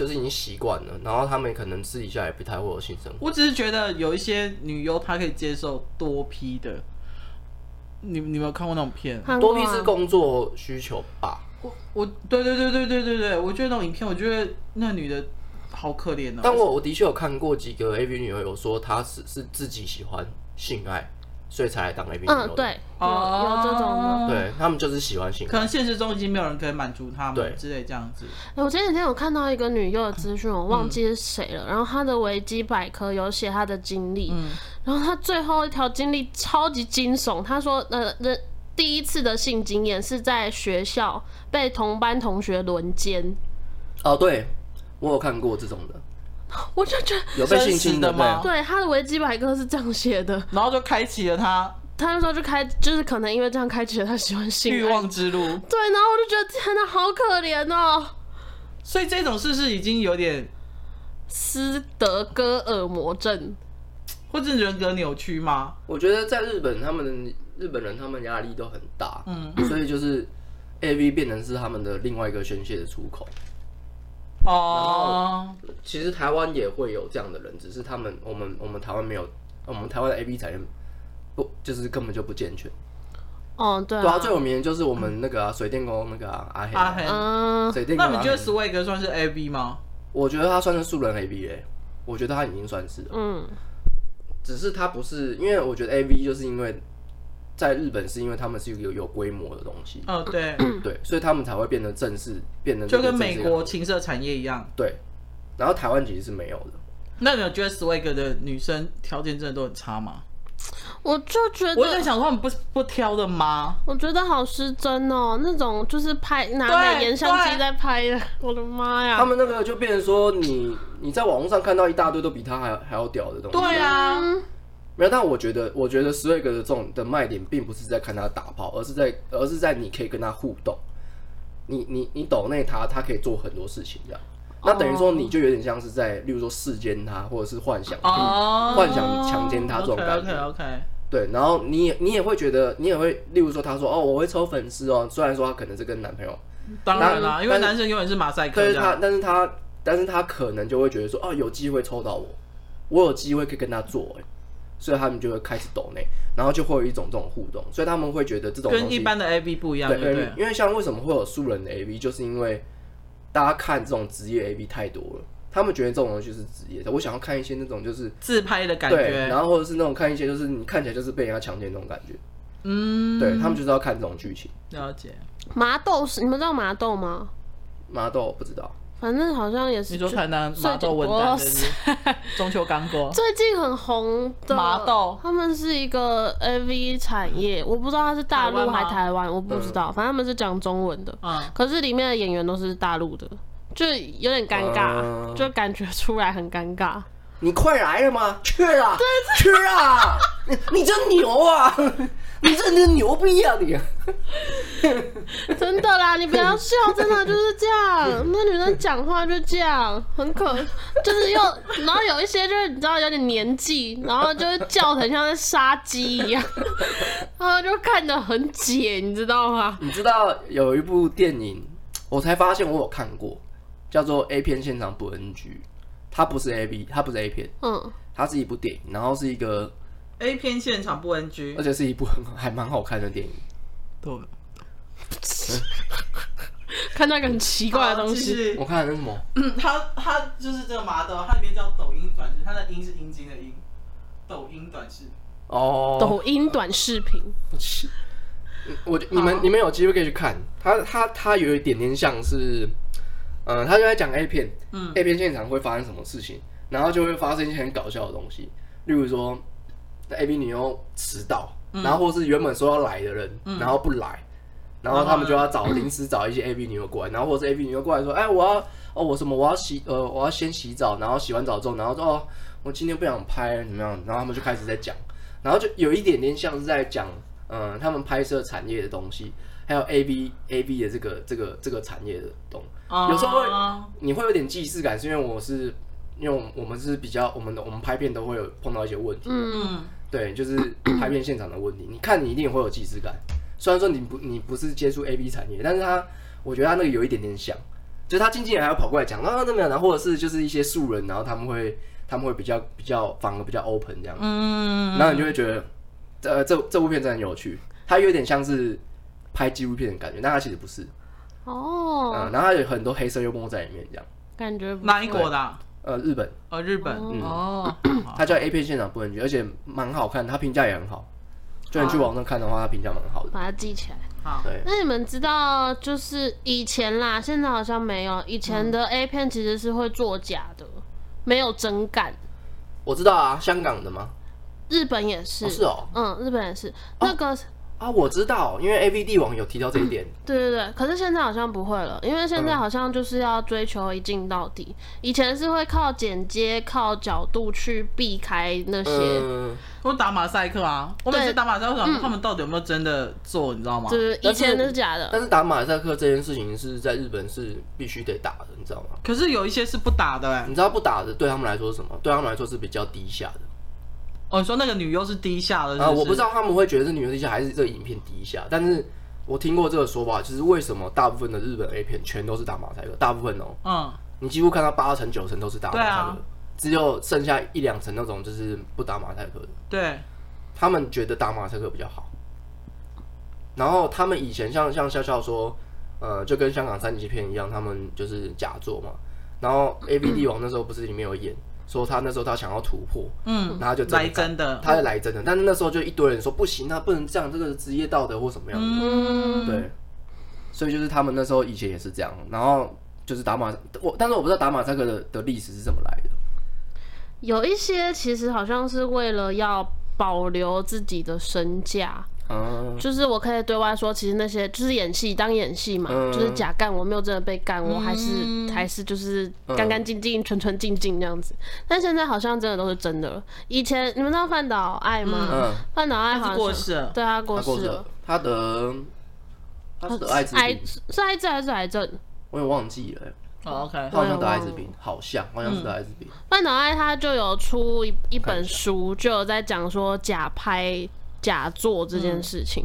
[SPEAKER 2] 就是已经习惯了，然后他们可能私底下也不太会有性生活。
[SPEAKER 3] 我只是觉得有一些女优她可以接受多批的。你你有没有看过那种片？
[SPEAKER 1] 看过
[SPEAKER 2] 多
[SPEAKER 1] 啊
[SPEAKER 2] 批是工作需求吧？
[SPEAKER 3] 我我对对对对对对对，我觉得那种影片，我觉得那女的好可怜哦。
[SPEAKER 2] 但我我的确有看过几个 AV 女优，有说她是是自己喜欢性爱，所以才来当 AV 女优。
[SPEAKER 1] 嗯，，对，有有
[SPEAKER 3] 哦
[SPEAKER 1] 这种的。
[SPEAKER 2] 对他们就是喜欢性
[SPEAKER 3] 可
[SPEAKER 2] 爱
[SPEAKER 3] 能。现实中已经没有人可以满足他
[SPEAKER 2] 对
[SPEAKER 3] 们之类这样子。
[SPEAKER 1] 欸我前几天有看到一个女优的资讯，我忘记是谁了。然后她的维基百科有写她的经历，然后她最后一条经历超级惊悚。她说，呃，那第一次的性经验是在学校被同班同学轮奸，
[SPEAKER 2] 哦，对我有看过这种的，
[SPEAKER 1] 我就觉得，
[SPEAKER 2] 有被性
[SPEAKER 3] 真实
[SPEAKER 2] 侵
[SPEAKER 3] 的
[SPEAKER 2] 对
[SPEAKER 3] 吗
[SPEAKER 1] 对，她的维基百科是这样写的。
[SPEAKER 3] 然后就开启了他
[SPEAKER 1] 她那时候就开，就是可能因为这样开启了她喜欢性
[SPEAKER 3] 欲
[SPEAKER 1] 爱
[SPEAKER 3] 望之路。
[SPEAKER 1] 对，然后我就觉得天哪，好可怜哦，
[SPEAKER 3] 所以这种事是已经有点，
[SPEAKER 1] 斯德哥尔摩症。
[SPEAKER 3] 或者人格扭曲吗？
[SPEAKER 2] 我觉得在日本，他们日本人他们压力都很大，
[SPEAKER 3] 嗯，
[SPEAKER 2] 所以就是 A V 变成是他们的另外一个宣泄的出口。
[SPEAKER 3] 哦，
[SPEAKER 2] 其实台湾也会有这样的人，只是他们我们我们台湾没有，我们台湾的 A V 产业不就是根本就不健全。
[SPEAKER 1] 哦，对
[SPEAKER 2] 对啊，
[SPEAKER 1] 啊，
[SPEAKER 2] 最有名的就是我们那个啊、水电工那个啊阿黑啊，
[SPEAKER 3] 阿黑。
[SPEAKER 1] 嗯，
[SPEAKER 2] 水电工阿
[SPEAKER 3] 那你
[SPEAKER 2] 黑。
[SPEAKER 3] 觉得 Swag 算是 A B 吗？
[SPEAKER 2] 我觉得他算是素人 A V 嘞，我觉得他已经算是了，
[SPEAKER 1] 嗯，
[SPEAKER 2] 只是他不是，因为我觉得 A V 就是因为在日本是因为他们是有有规模的东西，
[SPEAKER 3] 嗯，对，
[SPEAKER 2] 对，所以他们才会变得正式，变得
[SPEAKER 3] 就跟美国情色产业一样。
[SPEAKER 2] 对，然后台湾其实是没有的。
[SPEAKER 3] 那你有觉得 Swag 的女生条件真的都很差吗？
[SPEAKER 1] 我就觉得
[SPEAKER 3] 我在想说他们不不挑的吗？
[SPEAKER 1] 我觉得好失真哦，那种就是拍拿
[SPEAKER 3] 对
[SPEAKER 1] 美颜相机
[SPEAKER 3] 对
[SPEAKER 1] 在拍的，我的妈呀！
[SPEAKER 2] 他们那个就变成说你，你在网络上看到一大堆都比他还还要屌的东西、
[SPEAKER 3] 对，啊，
[SPEAKER 1] 嗯，
[SPEAKER 2] 没有，但我觉得，我觉得 Swag 的这种的卖点，并不是在看他打炮，而是在，而是在你可以跟他互动，你你你抖内他，他可以做很多事情这样。那等于说，你就有点像是在，例如说世间他，或者是幻想
[SPEAKER 3] 哦，
[SPEAKER 2] 幻想强奸他这种感觉
[SPEAKER 3] OK OK，
[SPEAKER 2] 对，然后你也你也会觉得，你也会，例如说他说哦，我会抽粉丝哦，虽然说他可能是跟男朋友，
[SPEAKER 3] 当然啦，
[SPEAKER 2] 那
[SPEAKER 3] 因为
[SPEAKER 2] 但是
[SPEAKER 3] 男生永远是马赛克
[SPEAKER 2] 但
[SPEAKER 3] 这
[SPEAKER 2] 是
[SPEAKER 3] 样
[SPEAKER 2] 他，但是他，但是他可能就会觉得说，哦，有机会抽到我，我有机会可以跟他做、欸，所以他们就会开始抖内，然后就会有一种这种互动，所以他们会觉得这种东
[SPEAKER 3] 跟
[SPEAKER 2] 西
[SPEAKER 3] 一般的 A B 不一样，
[SPEAKER 2] 对
[SPEAKER 3] 对不对
[SPEAKER 2] A，因为像为什么会有素人的 A V，就是因为大家看这种职业 A V 太多了，他们觉得这种东西就是职业的，我想要看一些那种就是
[SPEAKER 3] 自拍的感
[SPEAKER 2] 对，
[SPEAKER 3] 觉，
[SPEAKER 2] 然后或者是那种看一些就是你看起来就是被人家强奸那种感觉，
[SPEAKER 3] 嗯，
[SPEAKER 2] 对他们就是要看这种剧情。
[SPEAKER 3] 了解。
[SPEAKER 1] 麻豆是你们知道麻豆吗？
[SPEAKER 2] 麻豆不知道，
[SPEAKER 1] 反正好像也是
[SPEAKER 3] 你说
[SPEAKER 1] 最
[SPEAKER 3] 台南麻豆文旦
[SPEAKER 1] 哇
[SPEAKER 3] 是不
[SPEAKER 1] 塞
[SPEAKER 3] 是 中秋刚过，
[SPEAKER 1] 最近很红的
[SPEAKER 3] 麻豆
[SPEAKER 1] 他们是一个 AV 产业，我不知道他是大
[SPEAKER 3] 台
[SPEAKER 1] 陆
[SPEAKER 3] 湾吗
[SPEAKER 1] 还台湾，我不知道，反正他们是讲中文的，
[SPEAKER 3] 嗯，
[SPEAKER 1] 可是里面的演员都是大陆的，就有点尴尬，
[SPEAKER 3] 呃
[SPEAKER 2] 嗯
[SPEAKER 1] 就感觉出来很尴尬。
[SPEAKER 2] 你快来了吗？去啊，去 啊！你你真牛 啊！你真的牛逼啊！你
[SPEAKER 1] 真的啦，你不要笑，真的就是这样。那女生讲话就这样，很可，就是又，然后有一些就是你知道有点年纪，然后就是叫的很像在杀鸡一样，然后就看得很解，你知道吗？
[SPEAKER 2] 你知道有一部电影，我才发现我有看过，叫做《A 片现场不 NG》，它不是 A B，它不是 A 片，
[SPEAKER 1] 嗯，
[SPEAKER 2] 它是一部电影，然后是一个，
[SPEAKER 3] A 片现场不 NG，
[SPEAKER 1] 呃
[SPEAKER 2] 而且是一部很还蛮好看的电影。
[SPEAKER 3] 对，
[SPEAKER 1] 看到一个很奇怪的东
[SPEAKER 3] 啊
[SPEAKER 1] 西，
[SPEAKER 2] 我看的那什么，
[SPEAKER 3] 嗯，它它就是这个麻豆，它里面叫抖音短视，它的音是阴茎的音，抖音短视。
[SPEAKER 2] 哦，
[SPEAKER 1] 抖音短视频，
[SPEAKER 2] 我你们
[SPEAKER 3] 好
[SPEAKER 2] 你们有机会可以去看，它它它有一点点像是，嗯，它就在讲 A 片，
[SPEAKER 3] 嗯
[SPEAKER 2] A 片现场会发生什么事情，然后就会发生一些很搞笑的东西，例如说那 A B 女优迟到，然后或是原本说要来的人，然后不来，然后他们就要找临时找一些 A B 女优过来，然后或是 A B 女优过来说，哎，我要哦我什么我要洗呃我要先洗澡，然后洗完澡之后，然后说哦我今天不想拍怎么样，然后他们就开始在讲，然后就有一点点像是在讲嗯、呃他们拍摄产业的东西，还有 A B A B 的这个这个这个产业的东西有时候会
[SPEAKER 3] 啊
[SPEAKER 2] 你会有点既视感，是因为我是因为我我们是比较我们的我们拍片都会有碰到一些问题，
[SPEAKER 1] 嗯，
[SPEAKER 3] 嗯，
[SPEAKER 2] 对，就是拍片现场的问题。你看你一定也会有既视感，虽然说你不你不是接触 A B 产业，但是他我觉得他那个有一点点像，就是他经纪人还要跑过来讲啊怎么样，然后或者是就是一些素人，然后他们会他们会比较比较反而比较 open 这样，
[SPEAKER 3] 嗯，
[SPEAKER 2] 然后你就会觉得呃这这部片真的很有趣，它有点像是拍纪录片的感觉，但它其实不是，嗯、
[SPEAKER 1] 哦，
[SPEAKER 2] 然后它有很多黑色幽默在里面这样，
[SPEAKER 1] 感觉不
[SPEAKER 3] 哪一国的啊？
[SPEAKER 2] 呃，日本。
[SPEAKER 3] 哦，日本。
[SPEAKER 1] 嗯
[SPEAKER 3] 哦，好
[SPEAKER 2] 它叫 A 片现场不能去，而且蛮好看，它评价也很好。就你去网上看的话，它评价蛮好的。
[SPEAKER 1] 把它记起来。
[SPEAKER 3] 好，
[SPEAKER 2] 对，
[SPEAKER 1] 那你们知道，就是以前啦，现在好像没有。以前的
[SPEAKER 2] 嗯
[SPEAKER 1] A 片其实是会作假的，没有真感。
[SPEAKER 2] 我知道啊，香港的吗？
[SPEAKER 1] 日本也是，
[SPEAKER 2] 哦是哦，
[SPEAKER 1] 嗯，日本也是。那个，
[SPEAKER 2] 啊，我知道，因为 A V 帝王有提到这一点。
[SPEAKER 1] 对对对，可是现在好像不会了，因为现在好像就是要追求一镜到底。以前是会靠剪接、靠角度去避开那些，
[SPEAKER 2] 嗯，
[SPEAKER 3] 我打马赛克啊，我每次
[SPEAKER 1] 对
[SPEAKER 3] 打马赛克，我想说他们到底有没有真的做，你知道吗
[SPEAKER 1] 就？是以
[SPEAKER 2] 嗯但是
[SPEAKER 1] 前的是假的。
[SPEAKER 2] 但是打马赛克这件事情是在日本是必须得打的，你知道吗？
[SPEAKER 3] 可是有一些是不打的，哎
[SPEAKER 2] 你，知道不打的对他们来说是什么？对他们来说是比较低下的
[SPEAKER 3] 哦，你说那个女优是低下的，是
[SPEAKER 2] 啊。
[SPEAKER 3] 嗯是
[SPEAKER 2] 我不知。道他们会觉得是女的低下还是这个影片低下，但是我听过这个说法，就是为什么大部分的日本 A 片全都是打马赛克，大部分哦、
[SPEAKER 3] 嗯，
[SPEAKER 2] 你几乎看到八成九成都是打马赛克，
[SPEAKER 3] 对啊
[SPEAKER 2] 只有剩下一两成那种就是不打马赛克的。
[SPEAKER 3] 对，
[SPEAKER 2] 他们觉得打马赛克比较好。然后他们以前像像笑笑说，呃，就跟香港三级片一样，他们就是假作嘛。然后 A B 帝王那时候不是里面有演，说他那时候他想要突破，
[SPEAKER 3] 嗯，
[SPEAKER 2] 然后他就真
[SPEAKER 3] 来
[SPEAKER 2] 的
[SPEAKER 3] 真的，
[SPEAKER 2] 他就来真的，但是那时候就一堆人说不行，他不能这样，这个是职业道德或什么样的。
[SPEAKER 1] 嗯，
[SPEAKER 2] 对，所以就是他们那时候以前也是这样，然后就是打马我，但是我不知道打马赛克的的历史是怎么来的。
[SPEAKER 1] 有一些其实好像是为了要保留自己的身价，
[SPEAKER 2] 啊，
[SPEAKER 1] 就是我可以对外说，其实那些就是演戏，当演戏嘛，
[SPEAKER 2] 嗯
[SPEAKER 1] 就是假干，我没有真的被干，我还是、
[SPEAKER 3] 嗯
[SPEAKER 1] 还是就是
[SPEAKER 2] 嗯
[SPEAKER 1] 干干净净、纯纯净净这样子。但现在好像真的都是真的了。以前你们知道范岛爱吗？
[SPEAKER 2] 嗯，
[SPEAKER 1] 范岛爱好
[SPEAKER 3] 他
[SPEAKER 1] 像
[SPEAKER 3] 是过世了
[SPEAKER 1] 对他
[SPEAKER 2] 他
[SPEAKER 1] 过
[SPEAKER 2] 过
[SPEAKER 1] 世
[SPEAKER 2] 世
[SPEAKER 1] 了
[SPEAKER 2] 了，，他得他是得艾滋
[SPEAKER 1] 癌
[SPEAKER 2] 病，
[SPEAKER 1] 是癌症还是癌症？
[SPEAKER 2] 我也忘
[SPEAKER 1] 啊
[SPEAKER 2] 记了，
[SPEAKER 3] 哦，OK，
[SPEAKER 2] 他好像得艾滋病，好像好像是得艾滋病，
[SPEAKER 1] 范岛爱他就有出一一
[SPEAKER 2] 看
[SPEAKER 1] 本
[SPEAKER 2] 一下
[SPEAKER 1] 书，就有在讲说假拍、假做这
[SPEAKER 2] 嗯
[SPEAKER 1] 件事情，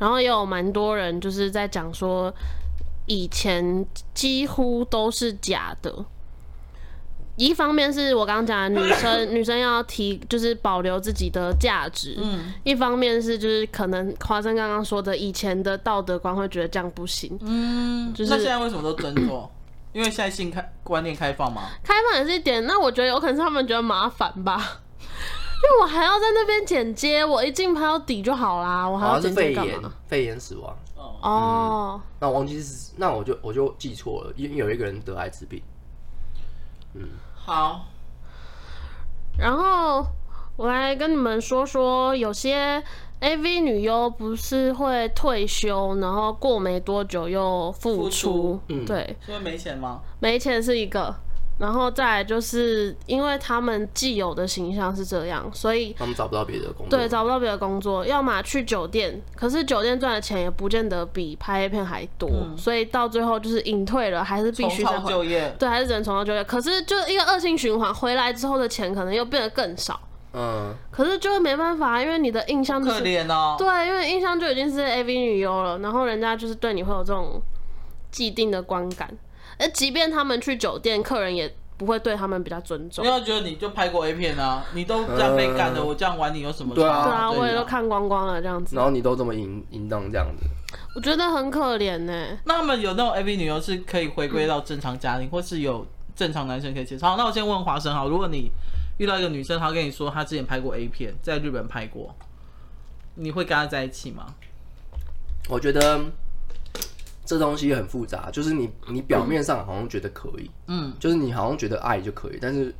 [SPEAKER 1] 然后也有蛮多人就是在讲说，以前几乎都是假的。一方面是我刚刚讲的女 生，女生要提就是保留自己的价值，
[SPEAKER 3] 嗯
[SPEAKER 1] 一方面是就是可能华生刚刚说的，以前的道德观会觉得这样不行，
[SPEAKER 3] 嗯，
[SPEAKER 1] 就是
[SPEAKER 3] 那现在为什么都真做？因为现在性开观念开放嘛，
[SPEAKER 1] 开放也是一点，那我觉得有可能是他们觉得麻烦吧， 因为我还要在那边剪接，我一镜拍到底就好啦，我还
[SPEAKER 2] 好
[SPEAKER 1] 要
[SPEAKER 2] 哦像是
[SPEAKER 1] 剪
[SPEAKER 2] 肺
[SPEAKER 1] 接干
[SPEAKER 2] 炎嗯
[SPEAKER 1] 嘛？
[SPEAKER 2] 肺炎死亡。
[SPEAKER 3] 哦，
[SPEAKER 1] 哦，
[SPEAKER 2] 那我忘记是，那我就我就记错了，因为有一个人得艾滋病，
[SPEAKER 3] 好，
[SPEAKER 1] 然后我来跟你们说说，有些 AV 女优不是会退休，然后过没多久又复
[SPEAKER 3] 复
[SPEAKER 1] 出
[SPEAKER 3] 出，
[SPEAKER 2] 嗯
[SPEAKER 1] 对，
[SPEAKER 3] 是因为没钱吗？
[SPEAKER 1] 没钱是一个。然后再来就是，因为他们既有的形象是这样，所以
[SPEAKER 2] 他们找不到别的工作。
[SPEAKER 1] 对，找不到别的工作，要么去酒店，可是酒店赚的钱也不见得比拍 A 片还多，所以到最后就是隐退了，还是必
[SPEAKER 3] 嗯重
[SPEAKER 1] 须再
[SPEAKER 3] 操
[SPEAKER 1] 回，
[SPEAKER 3] 旧业，
[SPEAKER 1] 对，还是只能重操旧业。可是就一个恶性循环，回来之后的钱可能又变得更少，
[SPEAKER 2] 嗯，
[SPEAKER 1] 可是就是没办法，因为你的印象就
[SPEAKER 3] 可
[SPEAKER 1] 是
[SPEAKER 3] 怜哦。
[SPEAKER 1] 对，因为印象就已经是 AV 女优了，然后人家就是对你会有这种既定的观感，而即便他们去酒店，客人也不会对他们比较尊重
[SPEAKER 3] 不。要觉得你就拍过 A 片啊，你都这样被干的，
[SPEAKER 2] 嗯
[SPEAKER 3] 我这样玩你有什么差？
[SPEAKER 2] 对啊
[SPEAKER 1] 对啊，我也
[SPEAKER 3] 对
[SPEAKER 1] 都。看光光了这样子
[SPEAKER 2] 然，后你都这么淫淫荡这样子，
[SPEAKER 1] 我觉得很可怜呢、
[SPEAKER 3] 那他们有那种 AV 女优是可以回归到正常家庭，或是有正常男生可以接受。好，那我先问华生好，如果你遇到一个女生，她跟你说她之前拍过 A 片，在日本拍过，你会跟她在一起吗？
[SPEAKER 2] 我觉得这东西很复杂，就是你你表面上好像觉得可以，
[SPEAKER 3] 嗯，
[SPEAKER 2] 就是你好像觉得爱就可以，但是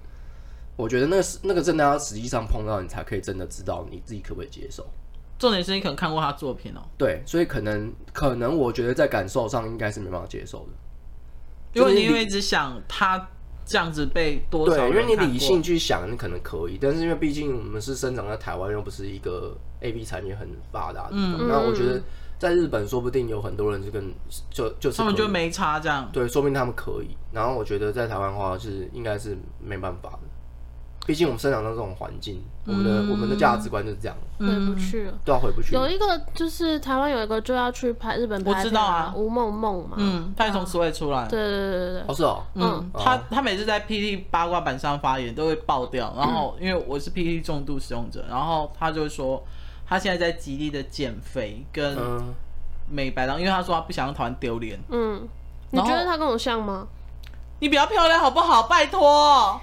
[SPEAKER 2] 我觉得那个是那个真的要实际上碰到你才可以真的知道你自己可不可以接受。
[SPEAKER 3] 重点是你可能看过她作品哦、
[SPEAKER 2] 对，所以可能可能我觉得在感受上应该是没办法接受的。
[SPEAKER 3] 因
[SPEAKER 2] 就
[SPEAKER 3] 为
[SPEAKER 2] 是
[SPEAKER 3] 你
[SPEAKER 2] 理
[SPEAKER 3] 会一直想她这样子被多少
[SPEAKER 2] 对，
[SPEAKER 3] 人
[SPEAKER 2] 因为你
[SPEAKER 3] 看
[SPEAKER 2] 理
[SPEAKER 3] 过
[SPEAKER 2] 性去想，你可能可以，但是因为毕竟我们是生长在台湾，又不是一个 A B 产业很发达的地方，
[SPEAKER 1] 嗯
[SPEAKER 2] 那我觉得在日本说不定有很多人是跟就就是
[SPEAKER 3] 他们
[SPEAKER 2] 可以
[SPEAKER 3] 就没差这样。
[SPEAKER 2] 对，说明他们可以。然后我觉得在台湾的话是应该是没办法的，毕竟我们生长在这种环境，我们
[SPEAKER 3] 嗯
[SPEAKER 2] 的、我们的价值观就是这样，
[SPEAKER 1] 回不去了。
[SPEAKER 2] 都要回不去。
[SPEAKER 1] 有一个就是台湾有一个就要去拍日本拍
[SPEAKER 3] 我知道啊
[SPEAKER 1] 片吴梦梦嘛，
[SPEAKER 3] 嗯，她也从此会出来。
[SPEAKER 1] 对对对对对，
[SPEAKER 2] 哦，是哦，
[SPEAKER 1] 嗯
[SPEAKER 3] 嗯，他他每次在 PT 八卦版上发言都会爆掉，然后
[SPEAKER 2] 嗯
[SPEAKER 3] 因为我是 PT 重度使用者，然后他就说他现在在极力的减肥跟
[SPEAKER 2] 嗯，
[SPEAKER 3] 美白，然后因为他说他不想让台湾丢脸。
[SPEAKER 1] 嗯，你
[SPEAKER 3] 然
[SPEAKER 1] 觉
[SPEAKER 3] 后
[SPEAKER 1] 得她跟我像吗？
[SPEAKER 3] 你比较漂亮好不好？拜托，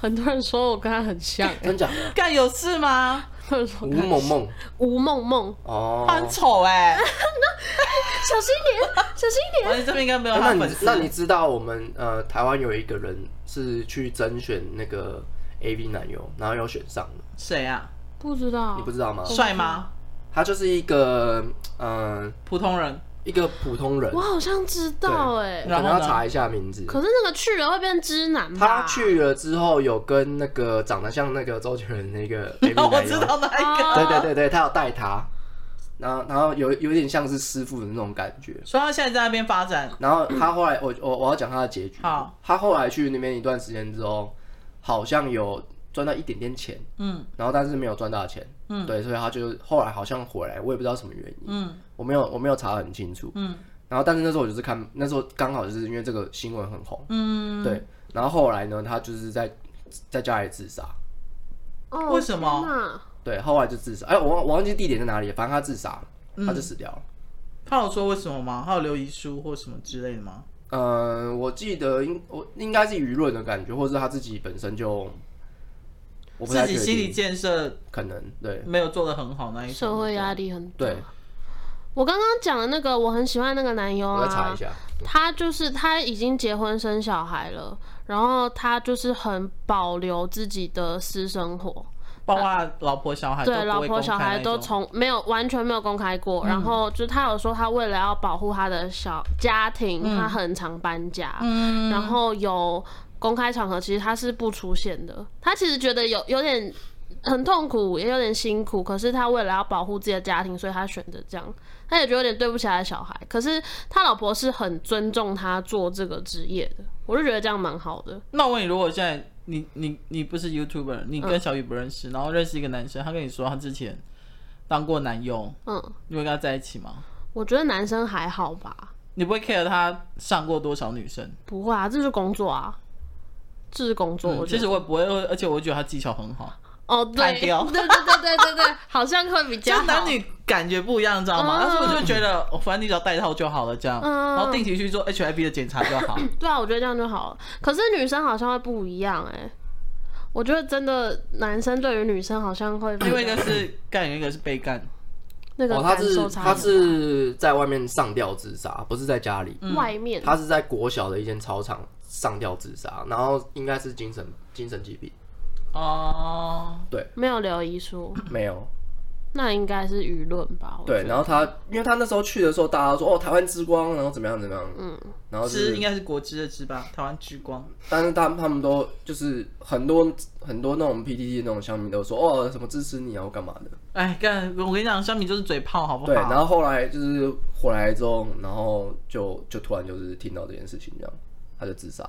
[SPEAKER 1] 很多人说我跟她很像，
[SPEAKER 2] 真假的？
[SPEAKER 3] 干有事吗？
[SPEAKER 1] 很多人说
[SPEAKER 2] 吴萌萌
[SPEAKER 1] 吴梦梦，
[SPEAKER 2] 哦，
[SPEAKER 3] 他很丑哎、
[SPEAKER 1] 小心一点， 小心一
[SPEAKER 3] 我
[SPEAKER 1] 点。
[SPEAKER 3] 们这边应该没有
[SPEAKER 2] 哎
[SPEAKER 3] 他
[SPEAKER 2] 那
[SPEAKER 3] 的粉
[SPEAKER 2] 你
[SPEAKER 3] 丝。
[SPEAKER 2] 那你知道我们呃台湾有一个人是去甄选那个 AV 男优，然后有选上的，
[SPEAKER 3] 谁啊？
[SPEAKER 1] 不知道，
[SPEAKER 2] 你不知道吗？
[SPEAKER 3] 帅吗？
[SPEAKER 2] 他就是一个嗯、呃
[SPEAKER 3] 普通人。
[SPEAKER 2] 一个普通人
[SPEAKER 1] 我，好像知道哎、
[SPEAKER 2] 可
[SPEAKER 3] 然
[SPEAKER 2] 能要
[SPEAKER 3] 后呢
[SPEAKER 2] 查一下名字。
[SPEAKER 1] 可是那个去了会变知男吧？
[SPEAKER 2] 他去了之后，有跟那个长得像那个周杰伦那 个 AV 男优，
[SPEAKER 3] 我知道那一个，
[SPEAKER 2] 对对对对，他有带他，然后然后有有点像是师傅的那种感觉。
[SPEAKER 3] 所以他现在在那边发展。
[SPEAKER 2] 然后他后来，我我我要讲他的结局。
[SPEAKER 3] 好，
[SPEAKER 2] 他后来去那边一段时间之后，好像有赚到一点点钱，
[SPEAKER 3] 嗯
[SPEAKER 2] 然后但是没有赚大钱。嗯，对，所以他就后来好像回来，我也不知道什么原因，
[SPEAKER 3] 嗯
[SPEAKER 2] 我没有我没有查得很清楚。
[SPEAKER 3] 嗯
[SPEAKER 2] 然后但是那时候我就是看，那时候刚好就是因为这个新闻很红，
[SPEAKER 3] 嗯，
[SPEAKER 2] 对。然后后来呢，他就是在在家里自杀，
[SPEAKER 1] 哦，
[SPEAKER 3] 为什么
[SPEAKER 1] 天哪？
[SPEAKER 2] 对，后来就自杀。哎，我忘我忘记地点在哪里了，反正他自杀了，他就死掉了。
[SPEAKER 3] 他有说为什么吗？他有留遗书或什么之类的吗？
[SPEAKER 2] 呃，我记得应我应该是舆论的感觉，或者是他自己本身就，我不
[SPEAKER 3] 自
[SPEAKER 2] 太
[SPEAKER 3] 己
[SPEAKER 2] 确
[SPEAKER 3] 心理
[SPEAKER 2] 定，
[SPEAKER 3] 建哦设
[SPEAKER 2] 可能对
[SPEAKER 3] 没有做的很好那一
[SPEAKER 1] 社
[SPEAKER 3] 种。
[SPEAKER 1] 会压力很大。
[SPEAKER 2] 对，
[SPEAKER 1] 我刚刚讲的那个我很喜欢那个男优
[SPEAKER 2] 我
[SPEAKER 1] 啊，
[SPEAKER 2] 再查一下，
[SPEAKER 1] 他就是他已经结婚生小孩了，然后他就是很保留自己的私生活，
[SPEAKER 3] 包括老婆小孩都
[SPEAKER 1] 对，
[SPEAKER 3] 不
[SPEAKER 1] 老
[SPEAKER 3] 会
[SPEAKER 1] 婆
[SPEAKER 3] 公
[SPEAKER 1] 小
[SPEAKER 3] 开
[SPEAKER 1] 孩
[SPEAKER 3] 那
[SPEAKER 1] 都
[SPEAKER 3] 种嗯
[SPEAKER 1] 从没有完全没有公开过。然后就是他有说，他为了要保护他的小家庭，他很常搬家，
[SPEAKER 3] 嗯
[SPEAKER 1] 然后有公开场合，其实他是不出现的。他其实觉得有有点很痛苦，也有点辛苦，可是他为了要保护自己的家庭，所以他选择这样。他也觉得有点对不起他的小孩，可是他老婆是很尊重他做这个职业的，我就觉得这样蛮好的。
[SPEAKER 3] 那我问你，如果现在你你你不是 YouTuber，你跟小雨不认识，然后认识一个男生，他跟你说他之前当过男优，
[SPEAKER 1] 嗯，
[SPEAKER 3] 你会跟他在一起吗？
[SPEAKER 1] 我觉得男生还好吧，
[SPEAKER 3] 你不会 care 他上过多少女生？
[SPEAKER 1] 不会啊，这是工作啊，这是工作。我觉
[SPEAKER 3] 嗯其
[SPEAKER 1] 得
[SPEAKER 3] 实我也不会，而且我觉得他技巧很好，
[SPEAKER 1] 哦，对，
[SPEAKER 3] 砍
[SPEAKER 1] 对
[SPEAKER 3] 掉
[SPEAKER 1] 对对对对对，好像会比较
[SPEAKER 3] 就
[SPEAKER 1] 好。
[SPEAKER 3] 男女感觉不一样，你知道
[SPEAKER 1] 嗯
[SPEAKER 3] 吗？但是我就觉得，哦反正你只要带套就好了，这样，
[SPEAKER 1] 嗯
[SPEAKER 3] 然后定期去做 HIV 的检查就好。
[SPEAKER 1] 对啊，我觉得这样就好了。可是女生好像会不一样哎、我觉得真的男生对于女生好像会
[SPEAKER 3] 因为一个是干人，一个是被干，
[SPEAKER 1] 那个
[SPEAKER 2] 哦，他
[SPEAKER 1] 感
[SPEAKER 2] 是
[SPEAKER 1] 受差很大、
[SPEAKER 2] 他是在外面上吊自杀，不是在家里。
[SPEAKER 1] 外面
[SPEAKER 2] 他是在国小的一间操场上吊自杀，然后应该是精神精神疾病，
[SPEAKER 3] 哦，
[SPEAKER 1] 没有留遗书，
[SPEAKER 2] 没有。
[SPEAKER 1] 那应该是舆论吧？我
[SPEAKER 2] 对，
[SPEAKER 1] 觉得
[SPEAKER 2] 然后他，因为他那时候去的时候，大家都说哦，台湾之光，然后怎么样怎么样，嗯，然后就
[SPEAKER 3] 知
[SPEAKER 2] 是
[SPEAKER 3] 应，该是国知的知吧，台湾之光。
[SPEAKER 2] 但是他们他们都就是很多很多那种 PTT 那种乡民都说哦，什么支持你啊，我干嘛的？
[SPEAKER 3] 哎，干，我跟你讲，香米就是嘴炮，好不好？
[SPEAKER 2] 对，然后后来就是回来之后，然后就就突然就是听到这件事情，这样他就自杀，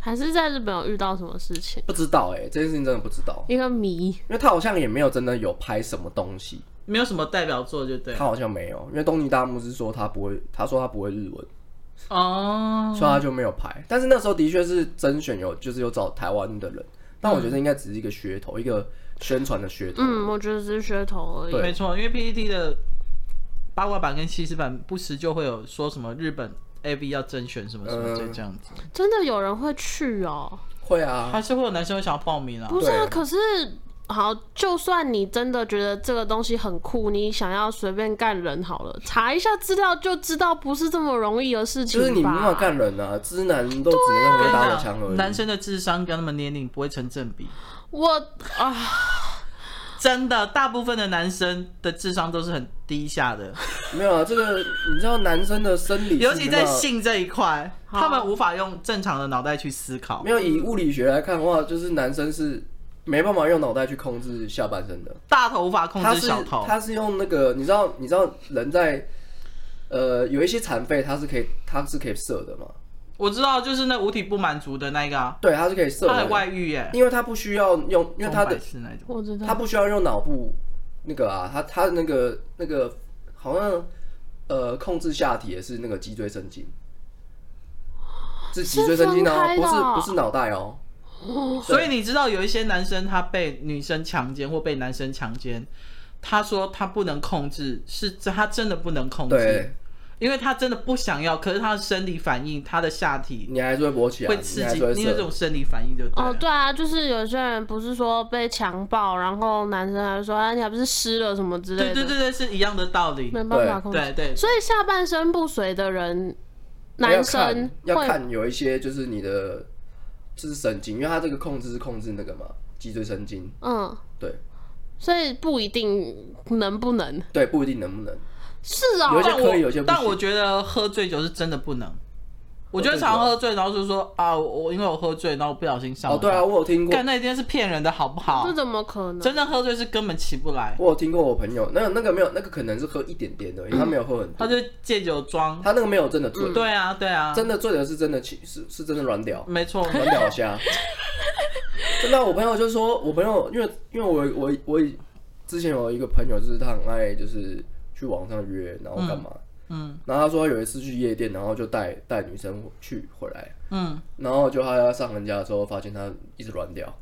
[SPEAKER 1] 还是在日本有遇到什么事情，
[SPEAKER 2] 不知道哎、这件事情真的不知道，
[SPEAKER 1] 一个谜。
[SPEAKER 2] 因为他好像也没有真的有拍什么东西，
[SPEAKER 3] 没有什么代表作，就对。
[SPEAKER 2] 他好像没有，因为东尼大木是说他不会，他说他不会日文，
[SPEAKER 3] 哦，
[SPEAKER 2] 所以他就没有排。但是那时候的确是甄选有，就是有找台湾的人，但我觉得应该只是一个噱头，一个宣传的噱头。
[SPEAKER 1] 嗯，我觉得只是噱头而已。
[SPEAKER 3] 没错，因为 PPT 的八卦版跟西施版不时就会有说什么日本 AV 要甄选什么什么，
[SPEAKER 2] 嗯
[SPEAKER 3] 就这样子。
[SPEAKER 1] 真的有人会去哦？
[SPEAKER 2] 会啊，
[SPEAKER 3] 还是会有男生会想要报名啦。
[SPEAKER 1] 不是啊，
[SPEAKER 2] 对
[SPEAKER 1] 可是好，就算你真的觉得这个东西很酷，你想要随便干人好了，查一下资料就知道不是这么容易的事情吧。
[SPEAKER 2] 就是你没有干人啊，直男都只能认
[SPEAKER 3] 跟
[SPEAKER 2] 为
[SPEAKER 3] 你
[SPEAKER 2] 打
[SPEAKER 3] 讲
[SPEAKER 2] 手枪而已。
[SPEAKER 3] 男生啊的智商跟他们年龄不会成正比，
[SPEAKER 1] 我啊，
[SPEAKER 3] 真的，大部分的男生的智商都是很低下的，
[SPEAKER 2] 没有啊，这个你知道男生的生理是没有，
[SPEAKER 3] 尤其在性这一块，
[SPEAKER 1] 好
[SPEAKER 3] 他们无法用正常的脑袋去思考
[SPEAKER 2] 没。有以物理学来看的话，就是男生是没办法用脑袋去控制下半身的。
[SPEAKER 3] 大头无法控
[SPEAKER 2] 他
[SPEAKER 3] 制
[SPEAKER 2] 是
[SPEAKER 3] 小头，
[SPEAKER 2] 他是用那个，你知道，你知道人在呃有一些残废，它是可以，它是可以射的嘛？
[SPEAKER 3] 我知道，就是那五体不满足的那个、啊，
[SPEAKER 2] 对，它是可以射
[SPEAKER 3] 他
[SPEAKER 2] 的
[SPEAKER 3] 的，外遇耶，
[SPEAKER 2] 因为它不需要用，因为它的
[SPEAKER 3] 是那种，
[SPEAKER 1] 我知道
[SPEAKER 2] 它不需要用脑部那个啊，它它那个那个好像呃控制下体也是那个脊椎神经，是脊椎神经
[SPEAKER 1] 是分
[SPEAKER 2] 哦，
[SPEAKER 1] 开的
[SPEAKER 2] 不是
[SPEAKER 1] 哦
[SPEAKER 2] 不是脑袋哦。
[SPEAKER 3] 所以你知道有一些男生他被女生强奸或被男生强奸，他说他不能控制，是他真的不能控
[SPEAKER 2] 对
[SPEAKER 3] 制，，因为他真的不想要，可是他的生理反应，他的下体
[SPEAKER 2] 你还是会勃起啊，
[SPEAKER 3] 会
[SPEAKER 2] 你
[SPEAKER 3] 刺
[SPEAKER 2] 还
[SPEAKER 3] 激，
[SPEAKER 2] 是会
[SPEAKER 3] 因为这
[SPEAKER 2] 射
[SPEAKER 3] 种。生理反应就对了
[SPEAKER 1] 哦，对啊，就是有些人不是说被强暴，然后男生还说，哎，你还不是湿了什么之类
[SPEAKER 3] 对
[SPEAKER 1] 的，
[SPEAKER 3] 对对对，是一样的道理，
[SPEAKER 1] 没办法控制。
[SPEAKER 3] 对对，
[SPEAKER 1] 所以下半身不遂的人，
[SPEAKER 2] 要
[SPEAKER 1] 男
[SPEAKER 2] 看
[SPEAKER 1] 生
[SPEAKER 2] 要
[SPEAKER 1] 会
[SPEAKER 2] 看有一些就是你的就是神经，因为它这个控制是控制那个嘛脊椎神经，
[SPEAKER 1] 嗯，
[SPEAKER 2] 对
[SPEAKER 1] 所以不一定能不能
[SPEAKER 2] 对，不一定能不能。
[SPEAKER 1] 是啊、
[SPEAKER 2] 有一些
[SPEAKER 3] 但
[SPEAKER 2] 可
[SPEAKER 3] 我
[SPEAKER 2] 以有些不
[SPEAKER 3] 但
[SPEAKER 2] 行
[SPEAKER 3] 我觉得喝醉酒是真的不能。我觉得
[SPEAKER 2] 喝醉
[SPEAKER 3] 常
[SPEAKER 2] 酒
[SPEAKER 3] 喝醉，然后就说啊，我我因为我喝醉，然后我不小心上
[SPEAKER 2] 哦，
[SPEAKER 3] 了
[SPEAKER 2] 对啊，我有听过
[SPEAKER 3] 干，那一定是骗人的，好不好
[SPEAKER 1] 这？怎么可能？
[SPEAKER 3] 真正喝醉是根本起不来，
[SPEAKER 2] 我有听过我朋友，那个那个没有，那个可能是喝一点点的，他没有喝很
[SPEAKER 3] 他
[SPEAKER 2] 多，
[SPEAKER 3] 就借酒装。
[SPEAKER 2] 他那个没有真的醉，
[SPEAKER 3] 对啊，对啊，
[SPEAKER 2] 真的醉的是真的起是是真的软屌，
[SPEAKER 3] 没错。
[SPEAKER 2] 软屌虾。 真的啊，我朋友就说，我朋友因为因为我我我之前有一个朋友，就是他很爱就是去网上约，然后干嘛，
[SPEAKER 3] 嗯
[SPEAKER 2] 然后他说他有一次去夜店，然后就带带女生去回来，
[SPEAKER 3] 嗯，
[SPEAKER 2] 然后就他要上人家的时候，发现他一直乱掉，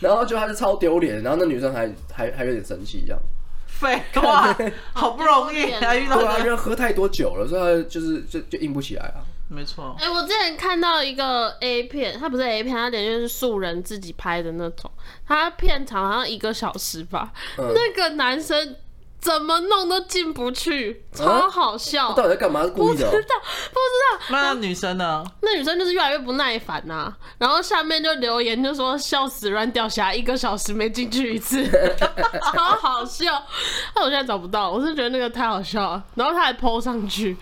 [SPEAKER 2] 然后就他就超丢脸，然后那女生还还还有点生气这样，
[SPEAKER 3] 废 话，好不容易才遇到
[SPEAKER 2] 对啊，
[SPEAKER 3] 这
[SPEAKER 2] 因
[SPEAKER 3] 个，
[SPEAKER 2] 为喝太多酒了，所以他就是就就硬不起来啊。
[SPEAKER 3] 没错。
[SPEAKER 1] 哎、我之前看到一个 A 片，它不是 A 片，它等于是素人自己拍的那种，它片长好像一个小时吧。
[SPEAKER 2] 嗯
[SPEAKER 1] 那个男生怎么弄都进不去，超好笑。
[SPEAKER 2] 到底在干嘛？是故意的哦、
[SPEAKER 3] 那女生呢？
[SPEAKER 1] 那女生就是越来越不耐烦呐、然后下面就留言就说笑死软屌侠，一个小时没进去一次， 超好笑。哎那我现在找不到，我是觉得那个太好笑了，然后他还 PO 上去，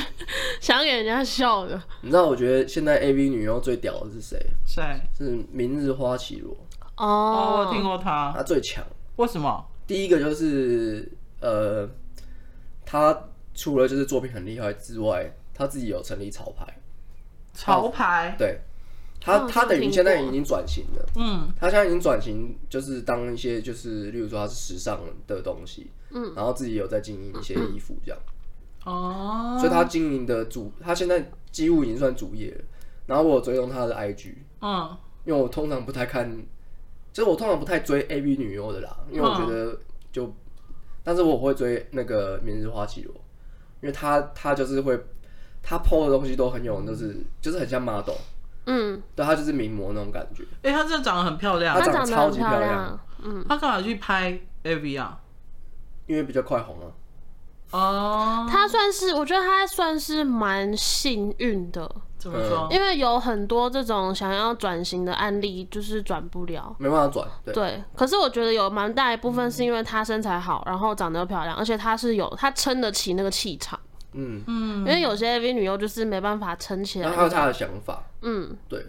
[SPEAKER 1] 想给人家笑的。
[SPEAKER 2] 你知道，我觉得现在 A V 女优最屌的是谁？
[SPEAKER 3] 谁？
[SPEAKER 2] 是明日花绮罗，
[SPEAKER 1] 哦
[SPEAKER 3] 哦，我听过她
[SPEAKER 2] 她。最强。
[SPEAKER 3] 为什么？
[SPEAKER 2] 第一个就是呃，她除了就是作品很厉害之外，她自己有成立潮牌，
[SPEAKER 3] 潮牌。
[SPEAKER 2] 对。
[SPEAKER 1] 哦
[SPEAKER 2] 她她
[SPEAKER 1] 这个
[SPEAKER 2] 等
[SPEAKER 1] 听
[SPEAKER 2] 于现在
[SPEAKER 1] 过
[SPEAKER 2] 已经转型了，
[SPEAKER 3] 嗯，
[SPEAKER 2] 她现在已经转型，就是当一些就是，例如说她是时尚的东西，嗯，然后自己有在经营一些衣服这样，
[SPEAKER 3] 哦，
[SPEAKER 2] 所以她经营的主，她现在几乎已经算主业了。然后我有追踪她的 IG，
[SPEAKER 3] 嗯，
[SPEAKER 2] 因为我通常不太看，就是我通常不太追 A V 女优的啦，因为我觉得就，但是我会追那个明日花绮罗，因为她她就是会，她 PO 的东西都很有，就是就是很像 model，
[SPEAKER 1] 嗯，
[SPEAKER 2] 对，她就是名模那种感觉。
[SPEAKER 3] 哎，她真的长得很漂亮
[SPEAKER 2] 她。
[SPEAKER 1] 她长
[SPEAKER 2] 长得
[SPEAKER 1] 得
[SPEAKER 2] 超
[SPEAKER 1] 很
[SPEAKER 2] 级漂
[SPEAKER 1] 漂
[SPEAKER 2] 亮
[SPEAKER 1] 亮，
[SPEAKER 3] 她干嘛去拍 AV 啊？
[SPEAKER 2] 因为比较快红啊，
[SPEAKER 3] 哦，
[SPEAKER 1] 她算是我觉得她算是蛮幸运的，
[SPEAKER 3] 怎么说？
[SPEAKER 1] 因为有很多这种想要转型的案例就是转不了。
[SPEAKER 2] 没办法转，对，
[SPEAKER 1] 对，可是我觉得有蛮大一部分是因为她身材好，然后长得又漂亮，而且她是有她撑得起那个气场，
[SPEAKER 2] 嗯，
[SPEAKER 1] 因为有些 AV 女优就是没办法撑起
[SPEAKER 2] 然后还有
[SPEAKER 1] 来。
[SPEAKER 2] 她的想法，
[SPEAKER 1] 嗯，
[SPEAKER 2] 对，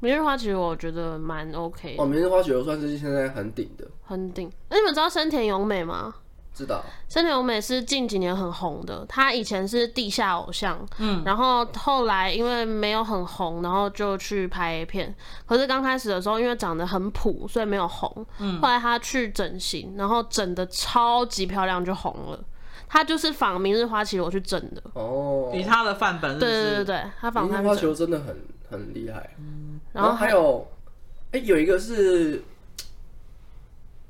[SPEAKER 1] 明日花其实我觉得蛮 OK，
[SPEAKER 2] 哦，
[SPEAKER 1] 的
[SPEAKER 2] 明日花绮罗算是现在很顶的，
[SPEAKER 1] 很顶。那你们知道深田咏美吗？
[SPEAKER 2] 知道？
[SPEAKER 1] 森田由美是近几年很红的，她以前是地下偶像，嗯，然后后来因为没有很红，然后就去拍 A 片。可是刚开始的时候，因为长得很普，所以没有红。嗯，后来她去整形，然后整的超级漂亮，就红了。她就是仿明日花绮罗去整的，
[SPEAKER 2] 哦，
[SPEAKER 3] 以她的范本是不
[SPEAKER 1] 对对对
[SPEAKER 3] 是？
[SPEAKER 1] 对，她仿
[SPEAKER 2] 明
[SPEAKER 1] 她
[SPEAKER 2] 日
[SPEAKER 1] 去
[SPEAKER 2] 花
[SPEAKER 1] 整
[SPEAKER 2] 绮罗真的很很厉害，
[SPEAKER 1] 然
[SPEAKER 2] 然
[SPEAKER 1] 后
[SPEAKER 2] 后还有，哎、有一个是，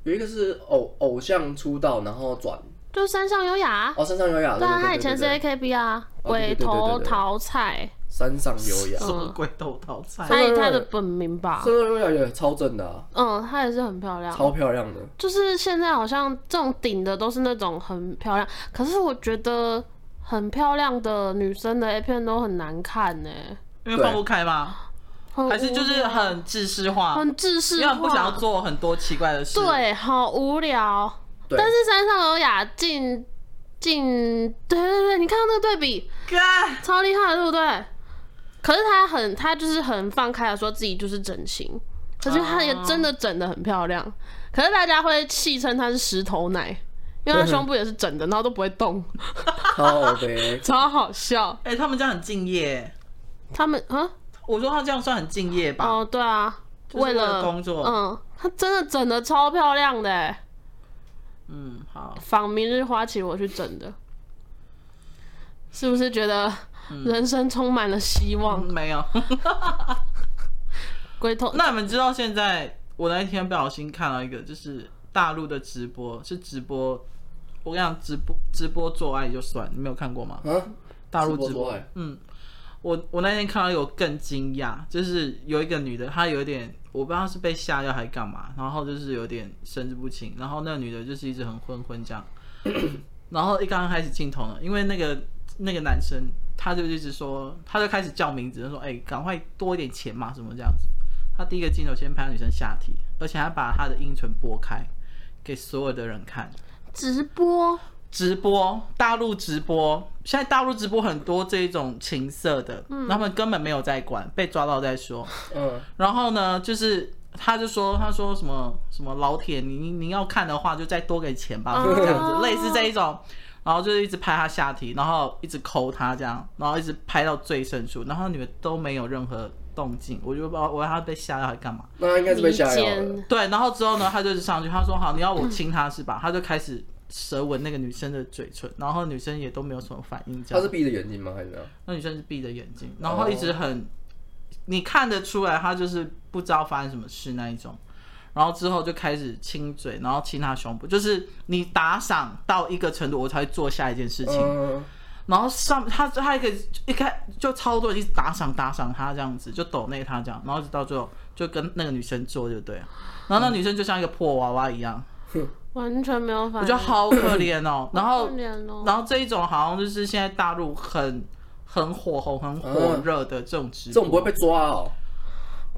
[SPEAKER 2] 有一个是偶偶像出道，然后转
[SPEAKER 1] 就山上优雅。
[SPEAKER 2] 哦，山上优雅，
[SPEAKER 1] 对啊，她以前
[SPEAKER 2] 对
[SPEAKER 1] 是
[SPEAKER 2] 对
[SPEAKER 1] AKB 啊，
[SPEAKER 2] 哦
[SPEAKER 1] 鬼
[SPEAKER 2] 对对对对对
[SPEAKER 1] 头
[SPEAKER 2] 对
[SPEAKER 1] 桃菜，
[SPEAKER 2] 山上优雅，
[SPEAKER 3] 什
[SPEAKER 2] 山
[SPEAKER 3] 么
[SPEAKER 1] 嗯
[SPEAKER 3] 鬼豆淘菜？
[SPEAKER 1] 她以
[SPEAKER 2] 山上
[SPEAKER 1] 她
[SPEAKER 2] 优
[SPEAKER 1] 的
[SPEAKER 2] 雅
[SPEAKER 1] 本名吧，
[SPEAKER 2] 上优雅也超正的、啊，
[SPEAKER 1] 嗯，她也是很漂亮，
[SPEAKER 2] 超漂亮的。
[SPEAKER 1] 就是现在好像这种顶的都是那种很漂亮，可是我觉得很漂亮的女生的 A 片都很难看呢、欸
[SPEAKER 3] 因为
[SPEAKER 2] 对
[SPEAKER 3] 放不开吗？
[SPEAKER 1] 很
[SPEAKER 3] 还是就是
[SPEAKER 1] 无聊
[SPEAKER 3] 很制式化，
[SPEAKER 1] 很制式
[SPEAKER 3] 因为
[SPEAKER 1] 化，
[SPEAKER 3] 很不想要做很多奇怪的事。，
[SPEAKER 1] 对，好无聊。
[SPEAKER 2] 对
[SPEAKER 1] 但是山上有雅进进，对对对，你看到那个对比，
[SPEAKER 3] 干
[SPEAKER 1] 超厉害的，对不对？可是她很，她就是很放开的说自己就是整形，可是她也
[SPEAKER 3] 哦
[SPEAKER 1] 真的整的很漂亮。可是大家会戏称她是石头奶，因为她胸部也是整的，然后都不会动。，
[SPEAKER 2] 好呗
[SPEAKER 1] 超好笑。
[SPEAKER 3] 哎、他们这样很敬业。
[SPEAKER 1] 他们啊，
[SPEAKER 3] 我说他这样算很敬业吧？
[SPEAKER 1] 哦，对啊，
[SPEAKER 3] 就是为
[SPEAKER 1] 了
[SPEAKER 3] 了工作
[SPEAKER 1] 嗯，她真的整的超漂亮的欸，
[SPEAKER 3] 嗯，好，
[SPEAKER 1] 仿明日花绮罗去整的，是不是觉得人生充满了希望？
[SPEAKER 3] 嗯没有。
[SPEAKER 1] 龟头
[SPEAKER 3] 那你们知道现在我那一天不小心看到一个，就是大陆的直播，是直播。我跟你讲，直播直播做爱就算，你没有看过吗？
[SPEAKER 2] 啊，
[SPEAKER 3] 大陆
[SPEAKER 2] 直播
[SPEAKER 3] 直播
[SPEAKER 2] 做爱
[SPEAKER 3] 嗯，我我那天看到有更惊讶，就是有一个女的，她有一点我不知道是被下药还干嘛，然后就是有点神志不清，然后那个女的就是一直很昏昏这样，然后一刚开始镜头呢，因为那个那个男生他就一直说，他就开始叫名字，就说哎，赶、快多一点钱嘛，什么这样子。他第一个镜头先拍女生下体，而且还把她的阴唇拨开给所有的人看。
[SPEAKER 1] 直播
[SPEAKER 3] 直播，大陆直播，现在大陆直播很多这一种情色的，他们根本没有在管，被抓到再说。
[SPEAKER 2] 嗯，
[SPEAKER 3] 然后呢，就是他就说，他说什么什么老铁，你您要看的话就再多给钱吧，
[SPEAKER 1] 哦
[SPEAKER 3] 这样子，类似这一种。然后就一直拍他下体，然后一直抠他这样，然后一直拍到最深处，然后女的都没有任何动静，我就不知道我要他被吓到还干嘛。
[SPEAKER 2] 那应该是被
[SPEAKER 1] 迷
[SPEAKER 2] 下药了。
[SPEAKER 1] 奸，
[SPEAKER 3] 对，然后之后呢，他就是上去，他说好，你要我亲他是吧？他就开始舌吻那个女生的嘴唇，然后女生也都没有什么反应，
[SPEAKER 2] 她
[SPEAKER 3] 这样
[SPEAKER 2] 是。闭着眼睛吗？还是怎样？
[SPEAKER 3] 那女生是闭着眼睛，然后一直很，你看得出来她就是不知道发生什么事那一种。然后之后就开始亲嘴，然后亲她胸部，就是你打赏到一个程度，我才会做下一件事情。
[SPEAKER 2] 嗯，
[SPEAKER 3] 然后上他他一个一开就超多人一直打赏打赏他这样子，就抖内他这样，然后一直到最后就跟那个女生做就对了，然后那女生就像一个破娃娃一样，
[SPEAKER 1] 完全没有反应，
[SPEAKER 3] 我觉得好可怜哦。然后
[SPEAKER 1] 可，怜哦
[SPEAKER 3] 然后这一种好像就是现在大陆很很火红、很火热的这种直播，
[SPEAKER 2] 这种不会被抓哦。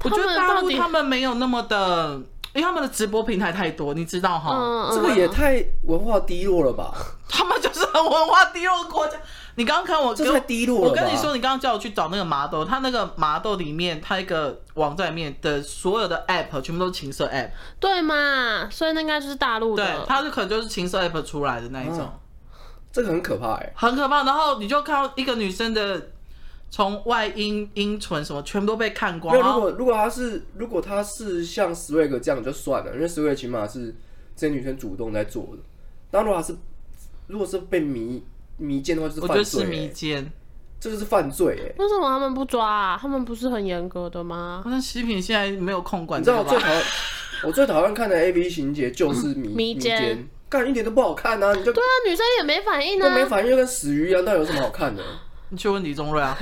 [SPEAKER 3] 我觉
[SPEAKER 1] 他
[SPEAKER 3] 得
[SPEAKER 1] 们
[SPEAKER 3] 大
[SPEAKER 1] 到
[SPEAKER 3] 陆
[SPEAKER 1] 底
[SPEAKER 3] 他们没有那么的，因为他们的直播平台太多，你知道哈，
[SPEAKER 1] 嗯，
[SPEAKER 2] 这个也
[SPEAKER 1] 嗯
[SPEAKER 2] 太文化低落了吧？
[SPEAKER 3] 他们就是很文化低落的国家。你刚刚看我
[SPEAKER 2] 这
[SPEAKER 3] 跟
[SPEAKER 2] 太低落了吧
[SPEAKER 3] 哦我跟你说，你刚刚叫我去找那个麻豆，他那个麻豆里面，他一个网站里面的所有的 app 全部都是情色 app，
[SPEAKER 1] 对嘛，所以那应该就是大陆
[SPEAKER 3] 对
[SPEAKER 1] 的，，
[SPEAKER 3] 它就可能就是情色 app 出来的那一种，
[SPEAKER 2] 嗯这个很可怕哎、
[SPEAKER 3] 很可怕。然后你就看到一个女生的从外阴阴唇什么全部都被看
[SPEAKER 2] 因
[SPEAKER 3] 光，
[SPEAKER 2] 为
[SPEAKER 3] 然
[SPEAKER 2] 如
[SPEAKER 3] 后
[SPEAKER 2] 果如果他是如果他是像 Swag 这样就算了，因为 Swag 起码是这些女生主动在做的。但如果他是如果是被迷迷奸的话，就是
[SPEAKER 3] 我觉得
[SPEAKER 2] 犯
[SPEAKER 3] 是
[SPEAKER 2] 罪、
[SPEAKER 3] 迷
[SPEAKER 2] 欸，
[SPEAKER 3] 奸。
[SPEAKER 2] 这就是犯罪哎、
[SPEAKER 1] 为什么他们不抓啊？他们不是很严格的吗？
[SPEAKER 3] 好像西品现在没有空管
[SPEAKER 2] 你
[SPEAKER 3] 这
[SPEAKER 2] 知道
[SPEAKER 3] 个
[SPEAKER 2] 我最
[SPEAKER 3] 吧？
[SPEAKER 2] 讨厌我最讨厌看的 A V 情节就是 迷
[SPEAKER 1] 迷奸
[SPEAKER 2] 奸，干一点都不好看啊！你就
[SPEAKER 1] 对啊，女生也没反应
[SPEAKER 2] 都
[SPEAKER 1] 啊，
[SPEAKER 2] 没反应，就跟死鱼一样，到底有什么好看的？
[SPEAKER 3] 你去问李宗 瑞啊，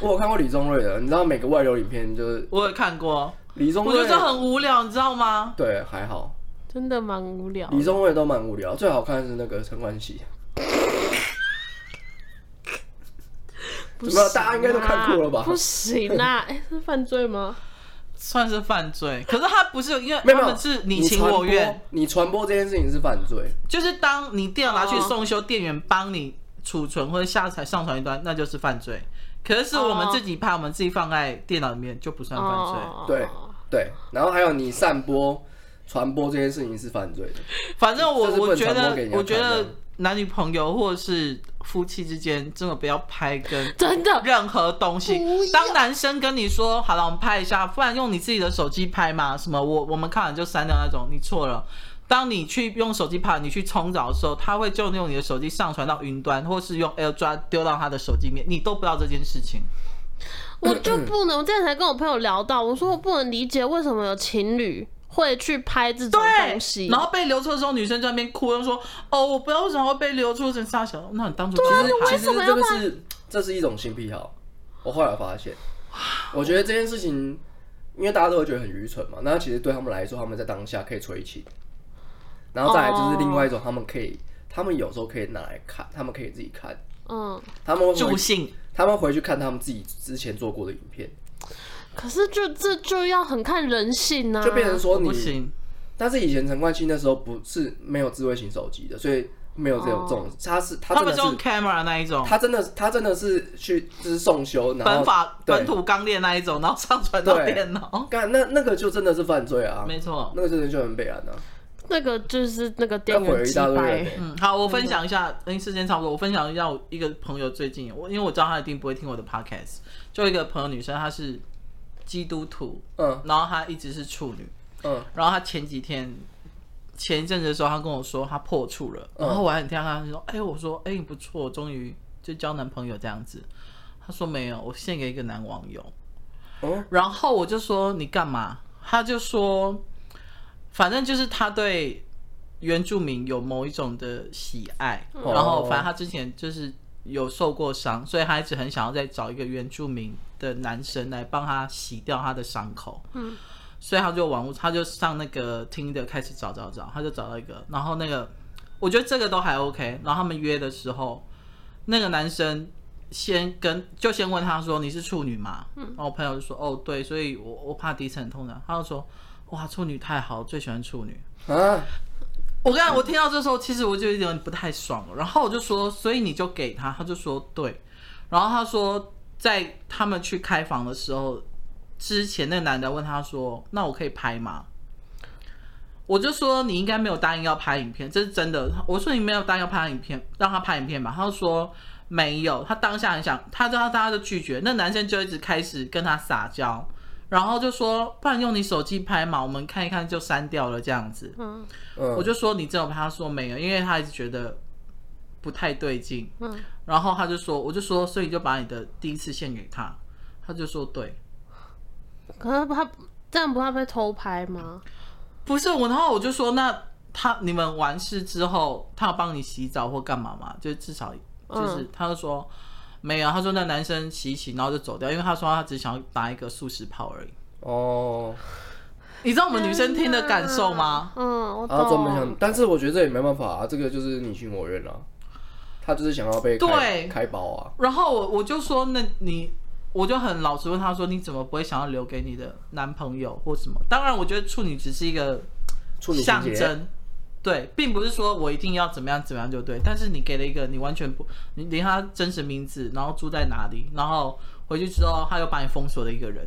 [SPEAKER 2] 我有看过李宗瑞的，你知道每个外流影片就是
[SPEAKER 3] 我也看过，
[SPEAKER 2] 李宗
[SPEAKER 3] 我
[SPEAKER 2] 瑞，
[SPEAKER 3] 觉得这很无聊，你知道吗？
[SPEAKER 2] 对还好，
[SPEAKER 1] 真的蛮无聊的。
[SPEAKER 2] 李宗瑞都蛮无聊，最好看的是那个陈冠希。
[SPEAKER 1] 不
[SPEAKER 2] 怎么样
[SPEAKER 1] 行
[SPEAKER 2] 大家应该都看过了吧
[SPEAKER 1] 啊不行 啊，哎，是犯罪吗？
[SPEAKER 3] 算是犯罪，可是他不是因为
[SPEAKER 2] 没
[SPEAKER 3] 他
[SPEAKER 2] 有，没有
[SPEAKER 3] 们是你情我愿，，
[SPEAKER 2] 你传播你传播这件事情是犯罪，
[SPEAKER 3] 就是当你电脑拿去
[SPEAKER 1] 哦
[SPEAKER 3] 送修，店员帮你储存或者下载上传一段，那就是犯罪。可是是我们
[SPEAKER 1] 哦
[SPEAKER 3] 自己拍，我们自己放在电脑里面就不算犯罪。
[SPEAKER 1] 哦
[SPEAKER 2] 对对。然后还有你散播、传播这件事情是犯罪的，
[SPEAKER 3] 反正我
[SPEAKER 2] 这是不
[SPEAKER 3] 我
[SPEAKER 2] 能
[SPEAKER 3] 觉
[SPEAKER 2] 传播
[SPEAKER 3] 得
[SPEAKER 2] 给人，家
[SPEAKER 3] 我觉
[SPEAKER 2] 看
[SPEAKER 3] 得
[SPEAKER 2] 的
[SPEAKER 3] 男女朋友或者是夫妻之间，真的不要拍跟
[SPEAKER 1] 真 的
[SPEAKER 3] 任何东西
[SPEAKER 1] 不要。
[SPEAKER 3] 当男生跟你说“好了，我们拍一下”，不然用你自己的手机拍嘛，什么我我们看完就删掉那种，你错了。当你去用手机拍，你去冲澡的时候，他会就用你的手机上传到云端，或是用 AirDrop 丢到他的手机里面，你都不知道这件事情。
[SPEAKER 1] 我就不能。我之前才跟我朋友聊到，我说我不能理解为什么有情侣会去拍这种东西。
[SPEAKER 3] 然后被流出的时候，女生在那边哭，又说：“哦，我不知道为什么会被流出成傻小。”那你当初
[SPEAKER 1] 啊
[SPEAKER 3] 其实
[SPEAKER 2] 其
[SPEAKER 3] 还
[SPEAKER 2] 实
[SPEAKER 1] 什么
[SPEAKER 2] 这
[SPEAKER 1] 要
[SPEAKER 2] 个
[SPEAKER 3] 啊
[SPEAKER 1] 办
[SPEAKER 2] 是这是一种性癖好。我后来发现，我觉得这件事情，因为大家都会觉得很愚蠢嘛，那其实对他们来说，他们在当下可以吹气，然后再来就是另外一种，他们可以，他们有时候可以拿来看，他们可以自己看，
[SPEAKER 1] 嗯，
[SPEAKER 2] 他们会回
[SPEAKER 3] 助兴，
[SPEAKER 2] 他们回去看他们自己之前做过的影片，
[SPEAKER 1] 可是就这就要很看人性啊，
[SPEAKER 2] 就变成说
[SPEAKER 3] 不
[SPEAKER 2] 你
[SPEAKER 3] 行。
[SPEAKER 2] 但是以前陈冠希那时候不是没有智慧型手机的，所以没有这种
[SPEAKER 1] 哦
[SPEAKER 2] 这种，他是他
[SPEAKER 3] 他
[SPEAKER 2] 真
[SPEAKER 3] 们
[SPEAKER 2] 的
[SPEAKER 3] 是用
[SPEAKER 2] 是
[SPEAKER 3] camera 那一种，哦
[SPEAKER 2] 他真的他真的是去就是送修，然后
[SPEAKER 3] 本法
[SPEAKER 2] 对
[SPEAKER 3] 本土刚练那一种，然后上传到
[SPEAKER 2] 对
[SPEAKER 3] 电脑。
[SPEAKER 2] 干那那个就真的是犯罪啊，
[SPEAKER 3] 没错，
[SPEAKER 2] 那个真的就很悲哀啊，
[SPEAKER 1] 那个就是那个
[SPEAKER 2] 要
[SPEAKER 1] 店
[SPEAKER 2] 毁
[SPEAKER 1] 员
[SPEAKER 2] 了一
[SPEAKER 1] 击
[SPEAKER 2] 大堆
[SPEAKER 1] 败
[SPEAKER 2] 人、。欸。
[SPEAKER 3] 嗯，好，我分享一下，嗯，时间差不多，我分享一下我一个朋友最近，我因为我知道他一定不会听我的 podcast，就一个朋友女生，她是基督徒，
[SPEAKER 2] 嗯
[SPEAKER 3] 然后她一直是处女，
[SPEAKER 2] 嗯，
[SPEAKER 3] 然后她前几天前一阵子的时候，她跟我说她破处了，然后我还很听她说，哎、我说，哎、你不错，终于就交男朋友这样子，她说没有，我献给一个男网友，
[SPEAKER 2] 哦，
[SPEAKER 3] 然后我就说你干嘛？他就说，反正就是他对原住民有某一种的喜爱，
[SPEAKER 2] 哦
[SPEAKER 3] 然后反正他之前就是有受过伤，所以他一直很想要再找一个原住民的男生来帮他洗掉他的伤口。嗯，所以他就网络，他就上那个听的开始找找找，他就找到一个，然后那个我觉得这个都还 OK。然后他们约的时候，那个男生先跟就先问他说：“你是处女吗？”然后我朋友就说：“哦，对，所以我我怕底层很痛的。”他就说：“哇，处女太好，最喜欢处女。
[SPEAKER 2] 啊，”
[SPEAKER 3] 我刚才我听到这时候，其实我就有点不太爽了。然后我就说：“所以你就给他？”他就说：“对。”然后他说，在他们去开房的时候，之前那个男的问他说：“那我可以拍吗？”我就说你应该没有答应要拍影片，这是真的。我说你没有答应要拍影片，让他拍影片吧。他就说没有，他当下很想，他知道大家就拒绝。那男生就一直开始跟他撒娇，然后就说不然用你手机拍嘛，我们看一看就删掉了这样子。
[SPEAKER 1] 嗯
[SPEAKER 2] 嗯
[SPEAKER 3] 我就说你真有拍？他说没有，因为他一直觉得不太对劲。
[SPEAKER 1] 嗯，
[SPEAKER 3] 然后他就说，我就说，所以你就把你的第一次献给他。他就说对，
[SPEAKER 1] 可是他这样不怕被偷拍吗？
[SPEAKER 3] 不是我，然后我就说，那他你们完事之后，他要帮你洗澡或干嘛吗？就至少就是，
[SPEAKER 1] 嗯
[SPEAKER 3] 他就说没有，他说那男生洗一洗，然后就走掉，因为他说他只想要打一个速食炮而已。
[SPEAKER 2] 哦，
[SPEAKER 3] 你知道我们女生听的感受吗？
[SPEAKER 1] 嗯，我
[SPEAKER 2] 啊，专门想
[SPEAKER 1] 懂。，
[SPEAKER 2] 但是我觉得这也没办法啊，这个就是你情我愿啊。他就是想要被开
[SPEAKER 3] 对
[SPEAKER 2] 开包啊，
[SPEAKER 3] 然后我我就说，那你我就很老实问他说，你怎么不会想要留给你的男朋友或什么？当然，我觉得处女只是一个
[SPEAKER 2] 处女情
[SPEAKER 3] 象
[SPEAKER 2] 节，
[SPEAKER 3] 征，对，并不是说我一定要怎么样怎么样就对。但是你给了一个你完全不，你连他真实名字，然后住在哪里，然后回去之后他又把你封锁的一个人，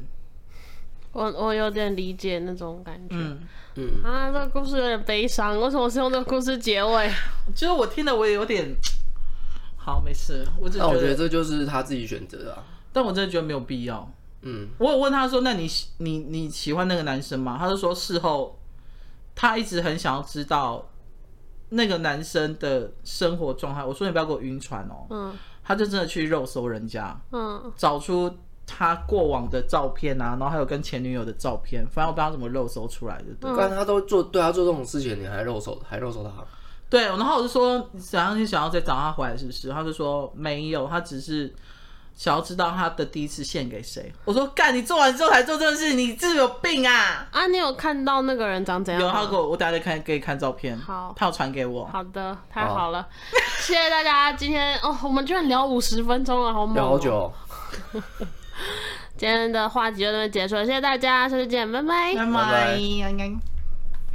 [SPEAKER 1] 我我有点理解那种感觉、
[SPEAKER 3] 嗯，
[SPEAKER 2] 嗯，
[SPEAKER 1] 啊，这个故事有点悲伤。为什么是用这个故事结尾？
[SPEAKER 3] 其实我听了我也有点，好，没事，我只
[SPEAKER 2] 那我
[SPEAKER 3] 觉
[SPEAKER 2] 觉得
[SPEAKER 3] 得，
[SPEAKER 2] 这就是他自己选择的啊，
[SPEAKER 3] 但我真的觉得没有必要。
[SPEAKER 2] 嗯，
[SPEAKER 3] 我有问他说：“那你喜你你喜欢那个男生吗？”他就说事后他一直很想要知道那个男生的生活状态。我说：“你不要给我晕船哦。”
[SPEAKER 1] 嗯
[SPEAKER 3] 他就真的去肉搜人家，
[SPEAKER 1] 嗯
[SPEAKER 3] 找出他过往的照片啊，然后还有跟前女友的照片，反正我不知道他怎么肉搜出来的。对
[SPEAKER 2] 不然他都做对他做这种事情，你还肉手还肉手他，
[SPEAKER 3] 对，然后我就说，想要你想要再找他回来是不是？他就说没有，他只是想要知道他的第一次献给谁。我说干，你做完之后才做这件事，你是不是有病啊！
[SPEAKER 1] 啊，你有看到那个人长怎样
[SPEAKER 3] 有
[SPEAKER 1] 吗？
[SPEAKER 3] 他给我，我等下再看给你看照片。
[SPEAKER 1] 好
[SPEAKER 3] 他有传给我。
[SPEAKER 1] 好的，太好了，谢谢大家。今天哦，我们居然聊五十分钟了，好猛、
[SPEAKER 2] 聊
[SPEAKER 1] 哦！
[SPEAKER 2] 好久哦，
[SPEAKER 1] 今天的话题就这么结束了，谢谢大家，下次见，拜拜。
[SPEAKER 3] 拜
[SPEAKER 2] 拜
[SPEAKER 3] 拜。